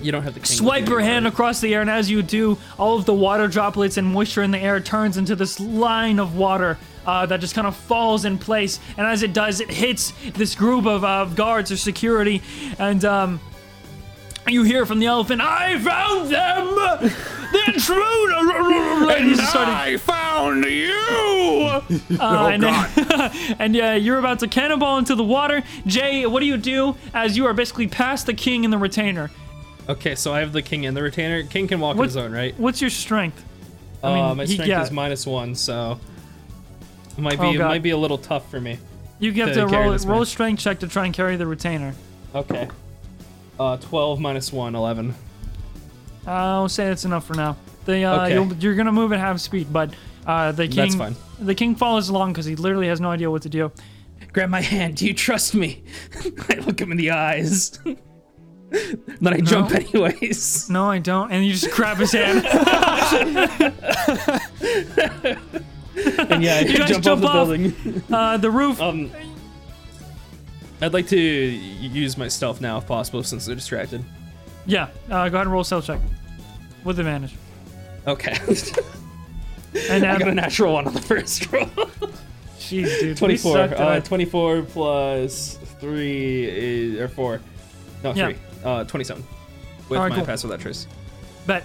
E: You don't have the king
A: swipe
E: with
A: your
E: you.
A: hand across the air, and as you do, all of the water droplets and moisture in the air turns into this line of water uh, that just kind of falls in place. And as it does, it hits this group of, uh, of guards or security, and um, you hear from the elephant, "I found them. They're true." <laughs> And he's starting-
H: I found you.
A: Uh, and, then- <laughs> and uh, you're about to cannonball into the water. Jay, what do you do as you are basically past the king and the retainer?
E: Okay, so I have the king and the retainer. King can walk
A: What-
E: on his own, right?
A: What's your strength?
E: I
A: mean,
E: uh, my
A: he-
E: strength
A: yeah.
E: is minus one, so it might be
A: Oh,
E: it
A: God.
E: might be a little tough for me.
A: You have
E: To
A: to
E: carry
A: roll,
E: this
A: roll a
E: man.
A: strength check to try and carry the retainer.
E: Okay. Uh, 12 minus 1, 11.
A: Uh, I'll say that's enough for now. The, uh,
E: Okay.
A: you'll, you're gonna move at half speed, but uh, the king
E: fine.
A: the king follows along because he literally has no idea what to do.
E: Grab my hand. Do you trust me? <laughs> I look him in the eyes. <laughs> then I jump anyways.
A: No, I don't. And you just grab his hand.
E: <laughs> And <laughs> yeah, I
A: guys
E: jump,
A: jump
E: off the
A: off.
E: building.
A: uh, the roof.
E: Um, I'd like to use my stealth now if possible since they're distracted.
A: Yeah. Uh, go ahead and roll a stealth check with advantage.
E: <laughs> Okay.
A: And
E: I got a
A: add,
E: natural one on the first <laughs> roll.
A: jeez,
E: <laughs>
A: dude, we
E: 24.
A: suck
E: Uh,
A: tonight.
E: 24 plus 3 is, or 4. No,
A: Yeah.
E: 3. Uh, 27. With
A: Alright,
E: my
A: cool.
E: pass without trace.
A: But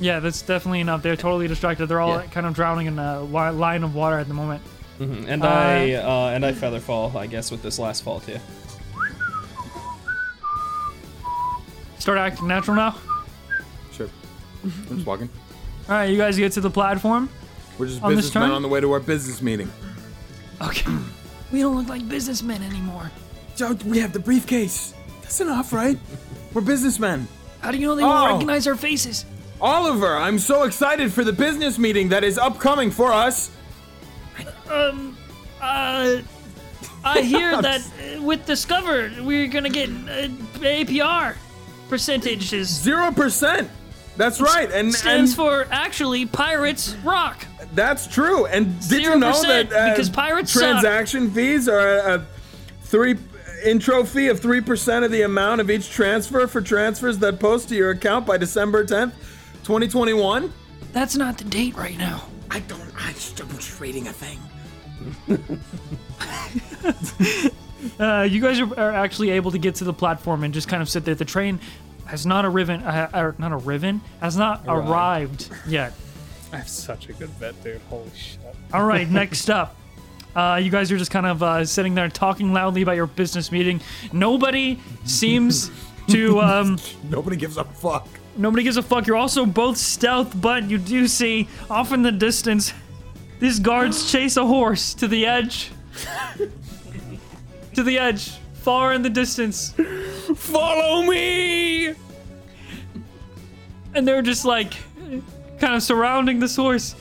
A: yeah, that's definitely enough. They're totally distracted. They're all
E: Yeah.
A: kind of drowning in a wi- line of water at the moment.
E: And I uh, and I feather fall, I guess, with this last fall too.
A: Start acting natural now.
F: Sure. I'm just walking.
A: All right, you guys get to the platform.
F: We're just
A: On this
F: businessmen
A: turn?
F: on the way to our business meeting.
A: Okay. We don't look like businessmen anymore.
F: Joe, we have the briefcase. That's enough, right? We're businessmen.
A: How do you know they
F: won't Oh.
A: recognize
F: recognize
A: our faces?
F: Oliver, I'm so excited for the business meeting that is upcoming for us.
A: Uh, I <laughs> hear that uh, with Discover, we're gonna get uh, APR percentages.
F: Zero percent. That's right, and, and
A: Stands for actually Pirates Rock.
F: that's true. And did you know
A: 0%
F: that uh,
A: because pirates suck.
F: transaction fees are a, a three intro fee of three percent of the amount of each transfer for transfers that post to your account by December 10th, 2021.
A: That's not the date right now.
F: I don't. I just, I'm just reading a thing.
A: Uh, you guys are, are actually able to get to the platform and just kind of sit there. The train has not a ribbon, uh, or not a ribbon, has not arrived, yet.
H: I have such a good bet, dude. Holy shit.
A: All right, next up. Uh, you guys are just kind of uh, sitting there talking loudly about your business meeting. Nobody
F: <laughs>
A: seems to. Um,
F: Nobody gives a fuck.
A: nobody gives a fuck. You're also both stealth, but you do see off in the distance these guards chase a horse to the edge. to the edge, far in the distance.
H: Follow me!
A: and they're just like kind of surrounding the source.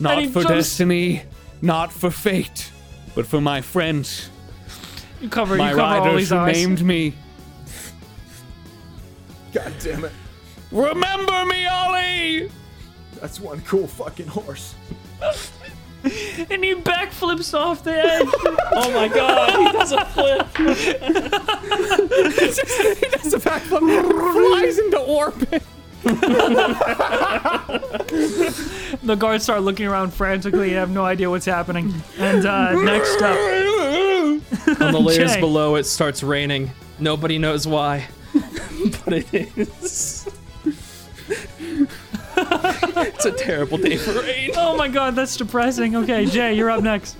H: Not
A: he
H: for
A: jumps-
H: destiny, not for fate, but for my friends.
A: You cover,
H: My
A: you cover all
H: riders
A: these
H: who
A: eyes.
H: named me.
F: God damn it.
H: Remember me, Ollie!
F: That's one cool fucking horse.
A: And he backflips off the edge. <laughs>
E: Oh my god, he does a flip.
H: It's a fact that flies into orbit.
A: the guards start looking around frantically and have no idea what's happening. And uh, next up,
E: On the layers
A: Okay.
E: below, it starts raining. Nobody knows why, <laughs> but it is. <laughs> it's a terrible day for rain.
A: oh my god, that's depressing. Okay, Jay, you're up next.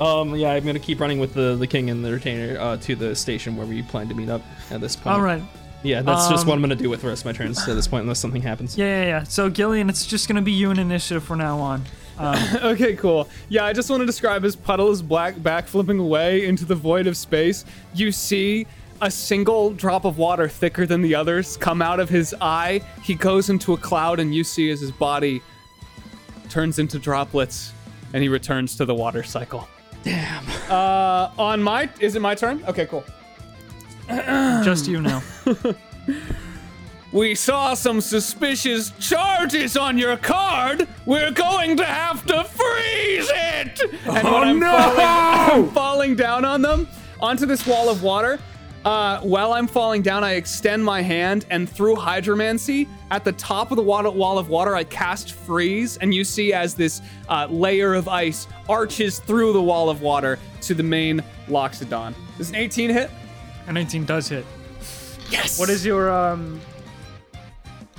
E: Um, yeah, I'm gonna keep running with the the king and the retainer uh, to the station where we plan to meet up at this point.
A: All right.
E: Yeah, that's just
A: Um,
E: what I'm gonna do with the rest of my turns at this point, unless something happens.
A: Yeah, yeah, yeah. So Gillian, it's just gonna be you and initiative from now on.
D: Okay, cool. Yeah, I just want to describe as Puddle is black back flipping away into the void of space. You see a single drop of water thicker than the others come out of his eye. He goes into a cloud, and you see as his body turns into droplets, and he returns to the water cycle. Damn. Uh, on my is it my turn? Okay, cool.
A: Just you
D: <sighs>
A: now.
D: We saw some suspicious charges on your card. We're going to have to freeze it. And oh I'm
F: no!
D: Falling, I'm falling down on them onto this wall of water. Uh, while I'm falling down, I extend my hand and through hydromancy at the top of the water, wall of water, I cast freeze, and you see as this uh, layer of ice arches through the wall of water to the main Loxodon. Is an 18 hit?
A: An 18 does hit. Yes. What is your um?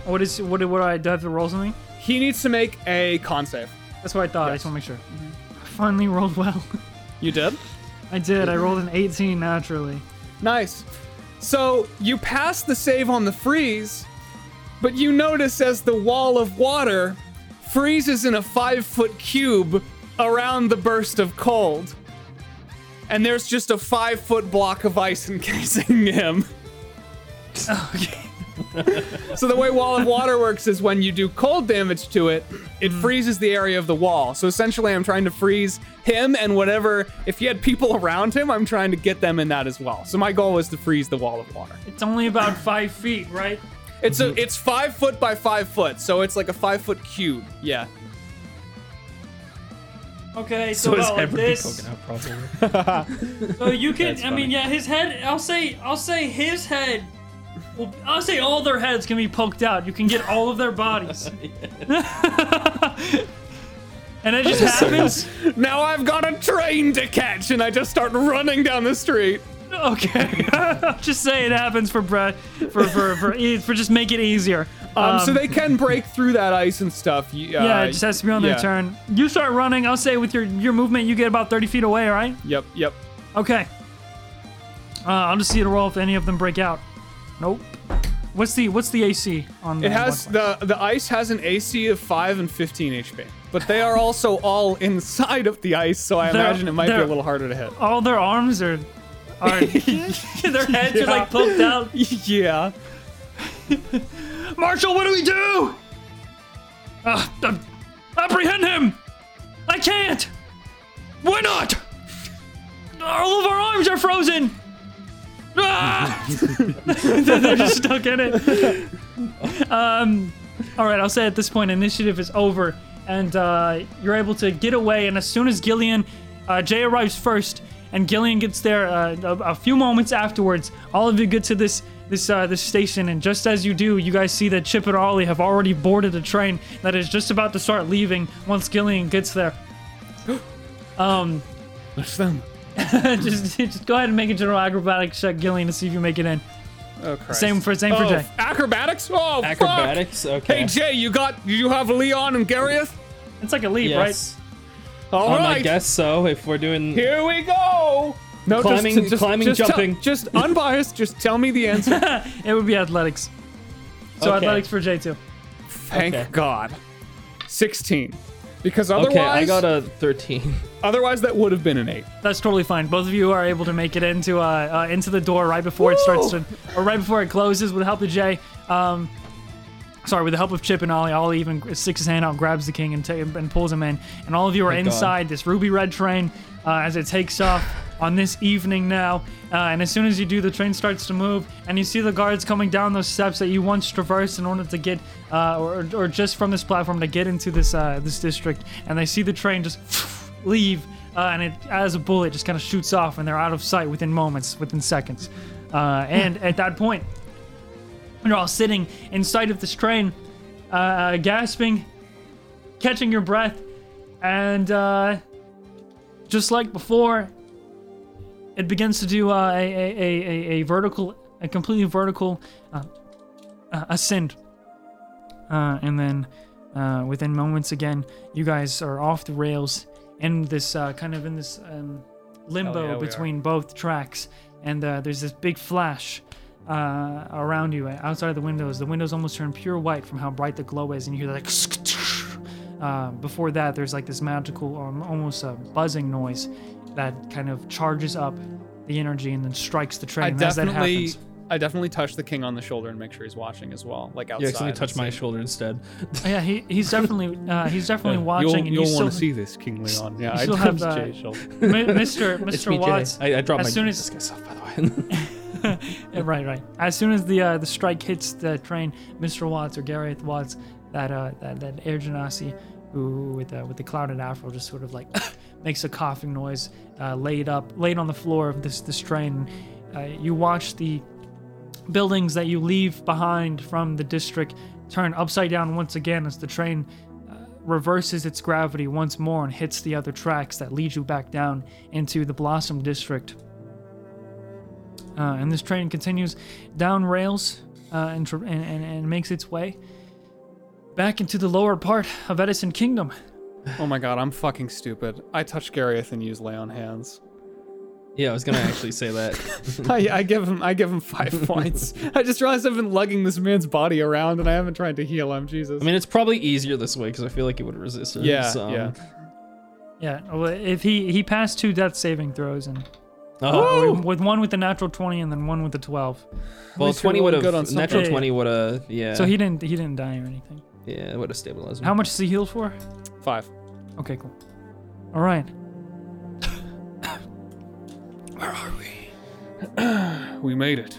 A: What is what? What do I do? I have to roll something?
D: He needs to make a con save.
A: That's what I thought. I just want to make sure. I finally rolled well.
D: You did?
A: I did. I rolled an 18 naturally.
D: Nice. So you pass the save on the freeze, but you notice as the wall of water freezes in a five foot cube around the burst of cold. And there's just a five foot block of ice <laughs> encasing him. Okay. so the way wall of water works is when you do cold damage to it, it freezes the area of the wall. So essentially, I'm trying to freeze him and whatever. If he had people <laughs> around him, I'm trying to get them in that as well. So my goal was to freeze the wall of water.
A: It's only about five feet, right?
D: It's a it's five foot by five foot, so it's like a five foot cube. Yeah.
A: Okay, so,
E: So is
A: about like
E: everybody
A: this.
E: poking out probably?
A: <laughs> So you can.
E: That's
A: I mean,
E: funny.
A: yeah, his head. I'll say. I'll say his head. Well, I'll say all their heads can be poked out. You can get all of their
E: <laughs>
A: bodies. and it just
E: <laughs>
A: happens.
D: Now I've got a train to catch, and I just start running down the street.
A: Okay, <laughs> just say it happens for Brett. For for for e- for just make it easier.
D: Um, so they can break through that ice and stuff. You- Uh,
A: Yeah, it just has to be on their
D: yeah.
A: turn. You start running. I'll say with your your movement, you get about thirty feet away. All right.
D: Yep, yep.
A: Okay. Uh, I'll just see the roll if any of them break out. Nope. What's the what's the AC on?
D: It has the the ice has an AC of five and fifteen HP, but they are also all inside of the ice, so I
A: They're-
D: imagine it might be a
A: they're-
D: little harder to hit.
A: all Oh, their arms are
D: <laughs>
A: are <laughs> their heads are like poked out.
D: yeah.
A: Marshall, what do we do? Uh, uh, apprehend him! I can't. Why not? All of our arms are frozen. Ah! <laughs> They're just stuck in it. Um, all right, I'll say at this point, initiative is over, and uh, you're able to get away. And as soon as Gillian, uh, Jay arrives first, and Gillian gets there uh, a, a few moments afterwards. All of you get to this this uh, this station, and just as you do, you guys see that Chip and Ollie have already boarded a train that is just about to start leaving. Once Gillian gets there, Um,
D: That's them.
A: <laughs> just just go ahead and make a general acrobatics check, Gillian, to see if you make it in.
D: Oh, Christ.
A: Same for same for
D: Oh,
A: Jay.
D: acrobatics? Oh, fuck.
E: Acrobatics. Okay.
D: Hey Jay, you got you have Leon and Gareth?
A: It's like a leap,
E: yes.
D: All
E: Um,
D: right.
E: I guess so. If we're doing
D: Here we go. No,
E: Climbing- climbing,
D: tell-
E: jumping. <laughs>
D: just unbiased. Just tell me the answer.
A: right? It would be athletics. So
E: Okay.
A: athletics for Jay too.
D: Thank
E: Okay.
D: God. Sixteen. Because otherwise,
E: Okay, I got a 13.
D: otherwise that would have been an eight.
A: That's totally fine. Both of you are able to make it into uh, uh, into the door right before it starts to, or right before it closes. With the help of Jay, um, sorry, with the help of Chip and Ollie, Ollie even sticks his hand out, grabs the king, and, ta- and pulls him in. And all of you are
E: God.
A: inside this ruby red train uh, as it takes off on this evening now. Uh, and as soon as you do, the train starts to move, and you see the guards coming down those steps that you once traversed in order to get, uh, or, or just from this platform to get into this uh, this district. And they see the train just <sniffs> leave, uh, and it as a bullet just kind of shoots off, and they're out of sight within moments, within seconds. Uh, and at that point, you're all sitting inside of this train, uh, uh, gasping, catching your breath, and uh, just like before, it begins to do uh, a, a, a, a, a vertical, a completely vertical uh, uh, ascend. Uh, and then uh, within moments again, you guys are off the rails in this uh, kind of in this um, limbo
D: yeah, we are.
A: between both tracks. And uh, there's this big flash uh, around you, outside of the windows. The windows almost turn pure white from how bright the glow is, and you hear like. <sniffs> Uh, before that, there's like this magical, um, almost a buzzing noise that kind of charges up the energy and then strikes the train.
H: I
A: And as that
H: definitely,
A: happens,
H: I definitely touch the king on the shoulder and make sure he's watching as well, like outside.
E: Yeah, because you touch
H: and
E: my
H: see.
E: shoulder instead.
A: Oh, yeah, he, he's definitely uh, he's definitely watching,
J: You'll,
A: and
J: you'll
A: you
J: want
A: still
J: to see this, King Leon. Yeah, I
A: still
J: touched
A: have, uh,
J: Jay's shoulder.
A: <laughs> Mi- Mr.
E: <laughs> It's
A: Mr.
E: me,
A: Watts.
E: Jay. I, I dropped
A: as
E: my
A: soon as-
E: discus off, by the way.
A: <laughs>
E: <laughs>
A: Yeah, right, right. As soon as the uh, the strike hits the train, Mr. Watts or Gareth Watts, that uh, that, that Air Genasi, who with the, with the clouded afro, just sort of like <laughs> makes a coughing noise, uh, laid up, laid on the floor of this this train. Uh, you watch the buildings that you leave behind from the district turn upside down once again as the train uh, reverses its gravity once more and hits the other tracks that lead you back down into the Blossom District. Uh, and this train continues down rails uh, and, tr- and, and, and makes its way back into the lower part of Edison Kingdom.
H: Oh my god, I'm fucking stupid. I touch Gareth and use lay on hands.
E: yeah, I was gonna actually say that.
H: I, I give him, I give him five <laughs> points. I just realized I've been lugging this man's body around and I haven't tried to heal him. Jesus.
E: I mean, it's probably easier this way because I feel like it would resist um, it.
H: yeah,
E: so-
H: yeah.
A: Yeah, well, if he he passed two death saving throws and
E: Oh,
A: with, with one with the natural twenty and then one with the twelve,
E: well,
H: least you're
E: twenty would
H: good on
E: have
H: something.
E: natural
A: Yeah, yeah.
E: twenty would have yeah.
A: so he didn't he didn't die or anything.
E: yeah would have stabilized. Him.
A: How much does he heal for?
H: Five.
A: Okay, cool. All right.
H: We made it.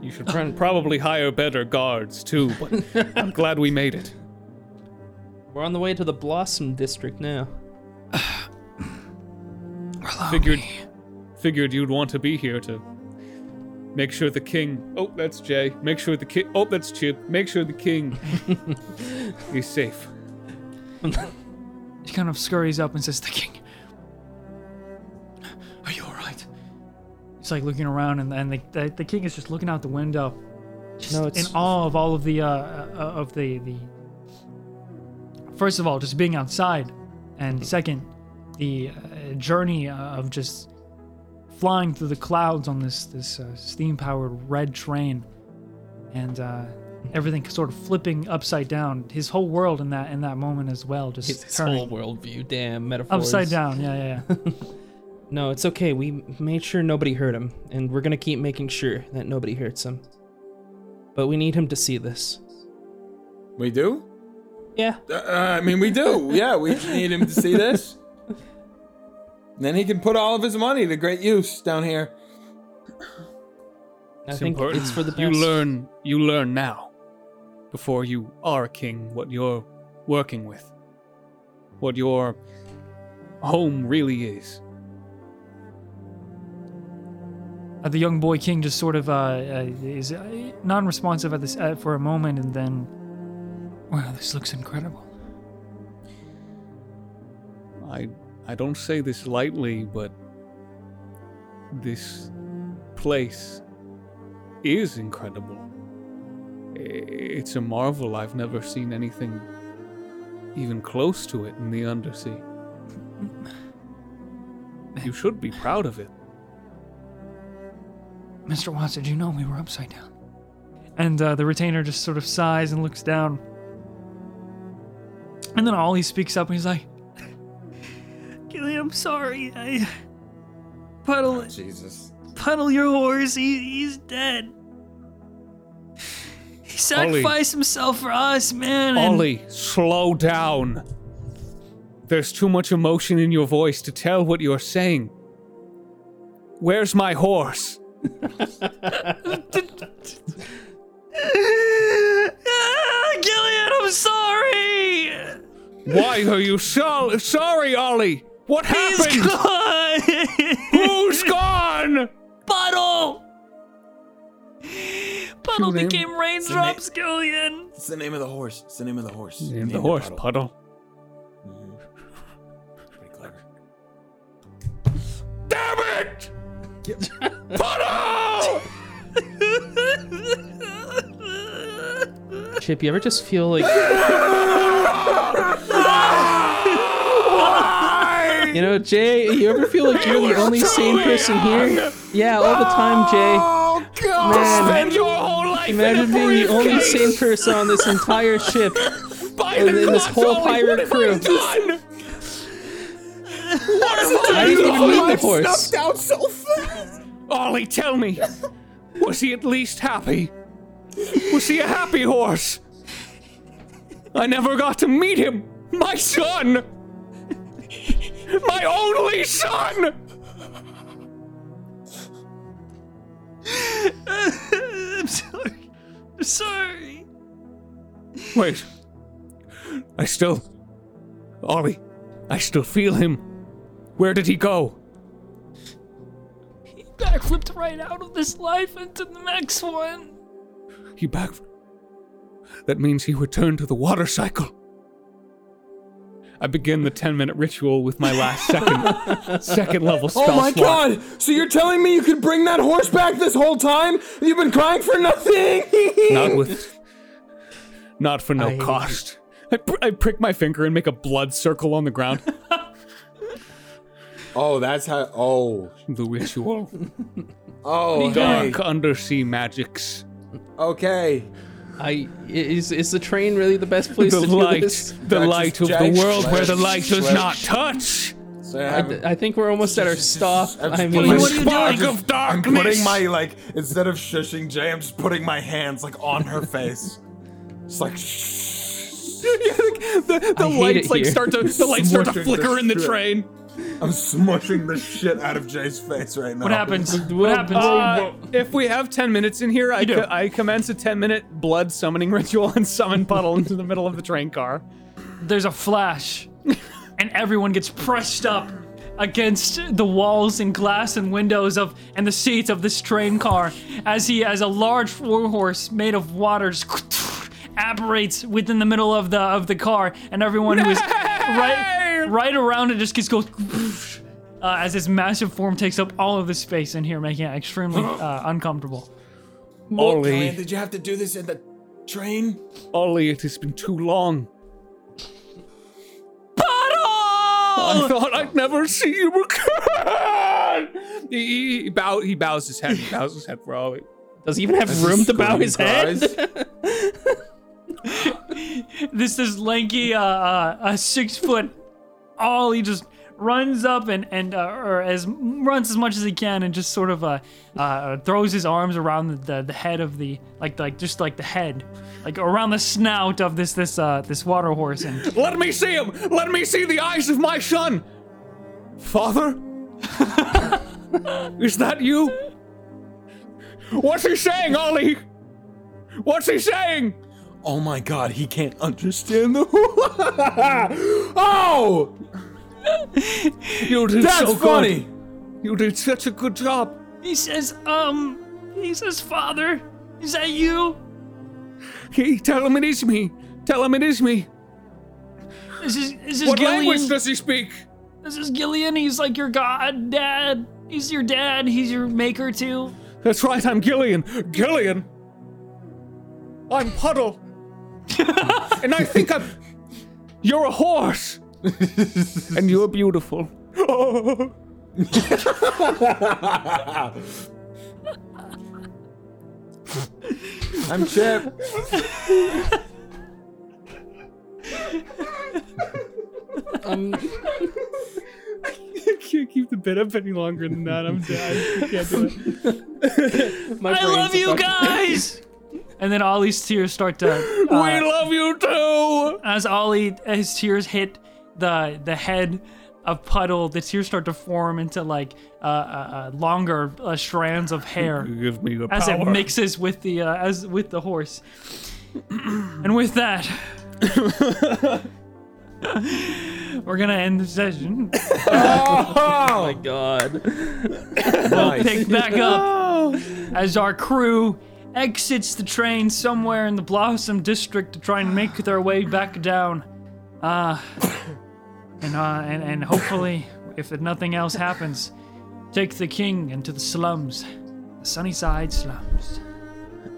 H: You should pr- probably hire better guards too, but
E: <laughs>
H: I'm glad we made it.
E: We're on the way to the Blossom District now. Oh,
H: Figured, figured you'd want to be here to make sure the king. Oh, that's Jay. Make sure the king. Oh, that's Chip. Make sure
E: <laughs>
H: the king is safe.
A: He kind of scurries up and says, The king. Are you alright? He's like looking around, and, and the, the, the king is just looking out the window. Just
E: No, it's-
A: in awe of all of the, uh, uh, of the, the. First of all, just being outside.
E: Mm-hmm.
A: And second, the uh, journey of just flying through the clouds on this, this uh, steam powered red train. And, uh,
E: Mm-hmm.
A: Everything sort of flipping upside down. His whole world in that in that moment as well, just
E: It's his
A: turning
E: whole worldview. Damn metaphors.
A: Oh, upside down. Yeah, yeah, yeah.
E: No, it's okay. We made sure nobody hurt him, and we're gonna keep making sure that nobody hurts him. But we need him to see this.
F: We do?
E: Yeah.
F: Uh, I mean, we do. Yeah, we need him to see this. And then he can put all of his money to great use down here.
E: I think
H: important.
E: it's for the best.
H: You learn. You learn now, before you are a king, what you're working with, what your home really is.
A: Uh, the young boy king just sort of uh, uh, is uh, non-responsive at this uh, for a moment, and then, wow, this looks incredible.
H: I I don't say this lightly, but this place is incredible. I- It's a marvel. I've never seen anything even close to it in the undersea. You should be proud of it.
A: Mr. Watts, did you know we were upside down? And uh, the retainer just sort of sighs and looks down. And then Ollie speaks up and he's like, Gilly, I'm sorry. I. Puddle,
F: Jesus.
A: puddle your horse. He, he's dead. He sacrificed himself for us, man. and-
H: Ollie, slow down. There's too much emotion in your voice to tell what you're saying. Where's my horse?
A: <laughs> Ah, Gillian, I'm sorry.
H: Why are you so sorry, Ollie? What happened?
A: God,
H: Who's gone?
A: <laughs> Puddle. Puddle
H: name-
A: became raindrops, Gillian. <laughs>
F: It's the name of the horse. It's the name of the horse.
H: In
F: Named
H: the
F: it
H: horse
F: Puddle.
H: puddle.
F: Pretty clever.
H: Damn it! Puddle!
E: Chip, you ever just feel
H: <laughs>
E: like You know, Jay, you ever feel like you're the only sane person here? Yeah, all the time, Jay.
H: Spend your whole life
E: Um, Imagine
H: in a
E: being the only
H: briefcase.
E: sane person on this entire ship,
H: <laughs> By
E: and
H: the
E: then this whole
H: Consul, what
E: pirate
H: have
E: crew.
H: I done?
E: I didn't even meet the horse.
F: Down so fast.
H: Ollie, tell me, was he at least happy? Was he a happy horse? I never got to meet him. My son! My only son!
A: I'm sorry. I'm sorry.
H: Wait. I still. Ollie, I still feel him. Where did he go?
A: He backflipped right out of this life into the next one.
H: He back. That means he returned to the water cycle. I begin the 10 minute ritual with my
F: <laughs>
H: last second second level spell
F: Oh my
H: slot.
F: god! So you're telling me you could bring that horse back this whole time? You've been crying for nothing.
H: Not with. Not for no cost. I, pr- I prick my finger and make a blood circle on the ground.
F: oh, that's how. Oh.
H: the ritual.
F: Oh. <laughs> hey.
H: Dark undersea magics.
F: Okay.
E: I is is the train really the best place
H: The
E: to do
H: light.
E: this?
H: The
F: That's
H: light of the
F: Jake's
H: world where the
F: flesh.
H: light does
F: Flesh.
H: not touch.
F: So I
E: I,
F: have-
E: I think we're almost at our stop. I mean,
A: What are you
H: Spark
A: doing?
H: of
F: I'm
H: darkness.
F: putting my like instead of shushing Jay, I'm just putting my hands like on her face. Just like shh.
H: the the
E: hate
H: lights
E: it
H: like
E: here.
H: start <laughs> to the lights start to
F: Smushing
H: flicker
F: the
H: in the
F: shit.
H: train.
F: I'm smushing the shit out of Jay's face right now.
A: What happens? What happens?
H: Uh, if we have 10 minutes in here, I,
A: do.
H: co- I commence a 10 minute blood summoning <laughs> ritual and summon Puddle into the middle of the train car.
A: There's a flash, and everyone gets pressed up against the walls and glass and windows of and the seats of this train car as he as a large warhorse made of waters apparates within the middle of the of the car and everyone who is right right around it just gets goes uh, as this massive form takes up all of the space in here making it extremely uh, uncomfortable
H: Ollie,
F: Did you have to do this in the train?
H: Ollie, it has been too long. I thought I'd never see you again. He, he, he bow, he bows his head. He bows his head for Ollie.
E: does he even have room to bow his head?
A: this this lanky uh, uh, uh six foot ollie just runs up and and uh, or as runs as much as he can and just sort of uh, uh throws his arms around the, the the head of the like like just like the head like around the snout of this this uh this water horse and
H: Let me see him. Let me see the eyes of my son. <laughs> Father? Is that you? What's he saying, Ollie? What's he saying?
F: Oh my god, he can't understand the <laughs> Oh!
H: You did
F: That's
H: so
F: funny!
H: Good. You did such a good job.
A: he says um he says father is that you
H: He, tell him it is me. Tell him it is me.
A: this is this is
H: What language
A: gillian
H: does he speak?
A: this is gillian he's like your god dad he's your dad he's your maker too
H: That's right, I'm Gillian. Gillian. I'm <laughs> Puddle. and I think I'm. You're a horse.
E: <laughs>
H: and you're beautiful.
F: I'm Chip.
H: I can't keep the bit up any longer than that. I'm dead. I can't do it.
E: My
A: I
E: brain's
A: love
E: a
A: you
E: fucking-
A: guys. <laughs> and then Ollie's tears start to. uh,
H: we love you too.
A: as Ollie, his tears hit the the head of Puddle, the tears start to form into like uh, uh, uh, longer uh, strands of
H: <laughs>
A: hair
H: Give me your
A: as it mixes with the uh, as with the horse. <clears throat> and with
H: <laughs>
A: that. We're gonna end the session.
E: Oh my god.
A: Pick back up as our crew exits the train somewhere in the Blossom District to try and make their way back down. Uh, and, uh, and, and hopefully, if nothing else happens, take the king into the slums, the Sunnyside slums.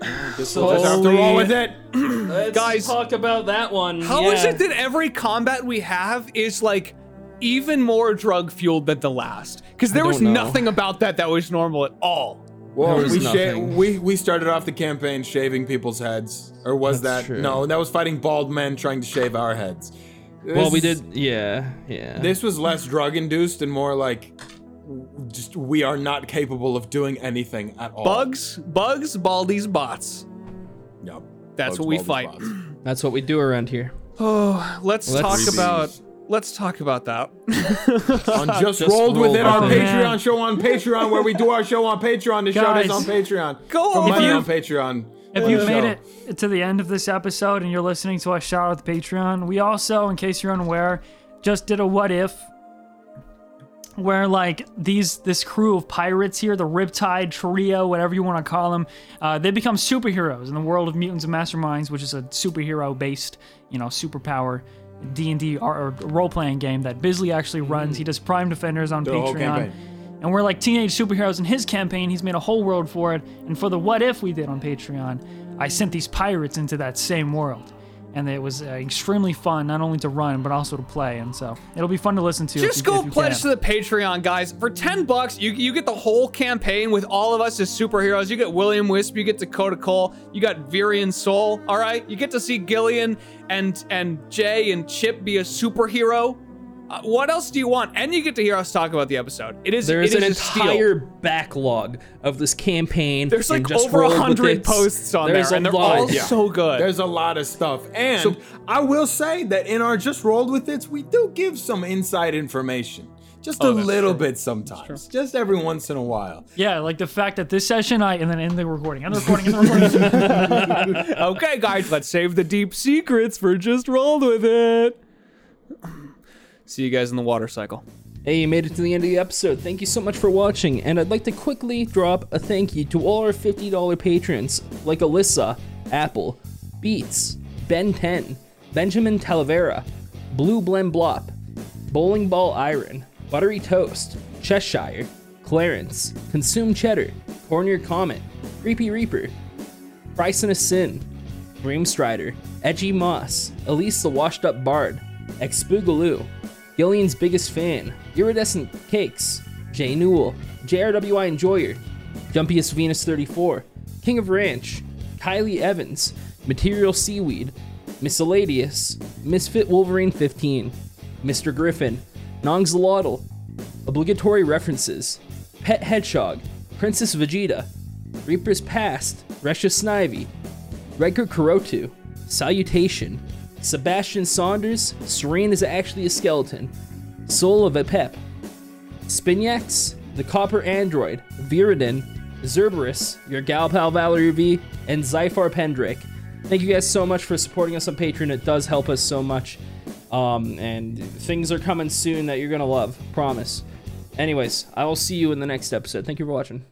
F: After all with
E: <clears throat>
F: it.
E: Let's
H: Guys,
E: talk about that one.
H: How is it that every combat we have is like even more drug fueled than the last? Because there
E: don't
H: was
E: know.
H: nothing about that that was normal at all.
B: Well,
E: was
B: we, sha-
E: nothing.
B: we we started off the campaign shaving people's heads, or was that
E: true.
B: no? That was fighting bald men trying to shave our heads.
E: Well, we
B: This is-
E: did. Yeah, yeah.
B: This was less drug induced and more like just we are not capable of doing anything at all.
D: Bugs, bugs, baldies, bots.
B: Yep.
D: That's what we
B: bald
D: fight.
B: spots.
D: <laughs>
E: That's what we do around here.
D: Oh, let's,
E: Let's
D: talk
E: see.
D: about. Let's talk about that.
B: On just,
E: Just
B: rolled
E: rolled
B: within our
E: within.
B: Patreon show on Patreon, where we do our show on Patreon. The show
A: Guys,
B: is on Patreon.
D: go
B: For
D: over-
B: money
A: If
B: on
A: you've-
B: Patreon.
A: If you've
B: So,
A: made it to the end of this episode and you're listening to us shout out the Patreon, we also, in case you're unaware, just did a what if where like these this crew of pirates here, the Riptide Trio, whatever you want to call them, uh, they become superheroes in the world of mutants and masterminds, which is a superhero-based, you know, superpower D and D role-playing game that Bisley actually runs. He does Prime Defenders on
B: whole
A: Patreon.
B: campaign.
A: And we're like teenage superheroes in his campaign. He's made a whole world for it. And for the What If we did on Patreon, I sent these pirates into that same world. And it was uh, extremely fun, not only to run, but also to play. And so it'll be fun to listen to. if
D: Just
A: you-
D: go
A: if you
D: pledge
A: can.
D: to the Patreon, guys. For 10 bucks, you, you get the whole campaign with all of us as superheroes. You get William Wisp, you get Dakota Cole, you got Virian Soul, all right? You get to see Gillian and and Jay and Chip be a superhero. Uh, what else do you want? And you get to hear us talk about the episode. It is
E: There is
D: it
E: an
D: is a steal.
E: entire backlog of this campaign.
D: There's like
E: and just
D: over
E: rolled with
D: 100
E: it.
D: posts on
E: There's
D: there,
E: a
D: and they're
E: lot.
D: all
E: Yeah.
D: so good.
B: There's a lot of stuff. And
D: So-
B: I will say that in our Just Rolled With It, we do give some inside information. Just
D: Oh,
B: a little bit sometimes. Just every once in a while.
A: Yeah, like the fact that this session, I and then end the recording, end the recording, end the recording.
D: okay, guys, let's save the deep secrets for just rolled with it. See you guys in the water cycle.
E: Hey, you made it to the end of the episode. Thank you so much for watching, and I'd like to quickly drop a thank you to all our $50 patrons like Alyssa, Apple, Beats, Ben 10, Benjamin Talavera, Blue Blem Blop, Bowling Ball Iron, Buttery Toast, Cheshire, Clarence, Consume Cheddar, Cornier Comet, Creepy Reaper, Bryson of Sin, Dreamstrider, Edgy Moss, Elise the Washed Up Bard, Expoogaloo, Gillian's Biggest Fan, Iridescent Cakes, Jay Newell, JRWI Enjoyer, Jumpiest Venus 34, King of Ranch, Kylie Evans, Material Seaweed, Miscellaneous, Misfit Wolverine 15, Mr. Griffin, Nongzalotl, Obligatory References, Pet Hedgehog, Princess Vegeta, Reaper's Past, Resha Snivy, Redger Kurotu, Salutation, Sebastian Saunders, Serene is actually a skeleton, Soul of a Pep, Spinax, The Copper Android, Viridin, Zerberus, your gal pal Valerie V, and Zyphar Pendrick. Thank you guys so much for supporting us on Patreon. It does help us so much. Um, and things are coming soon that you're going to love. Promise. Anyways, I will see you in the next episode. Thank you for watching.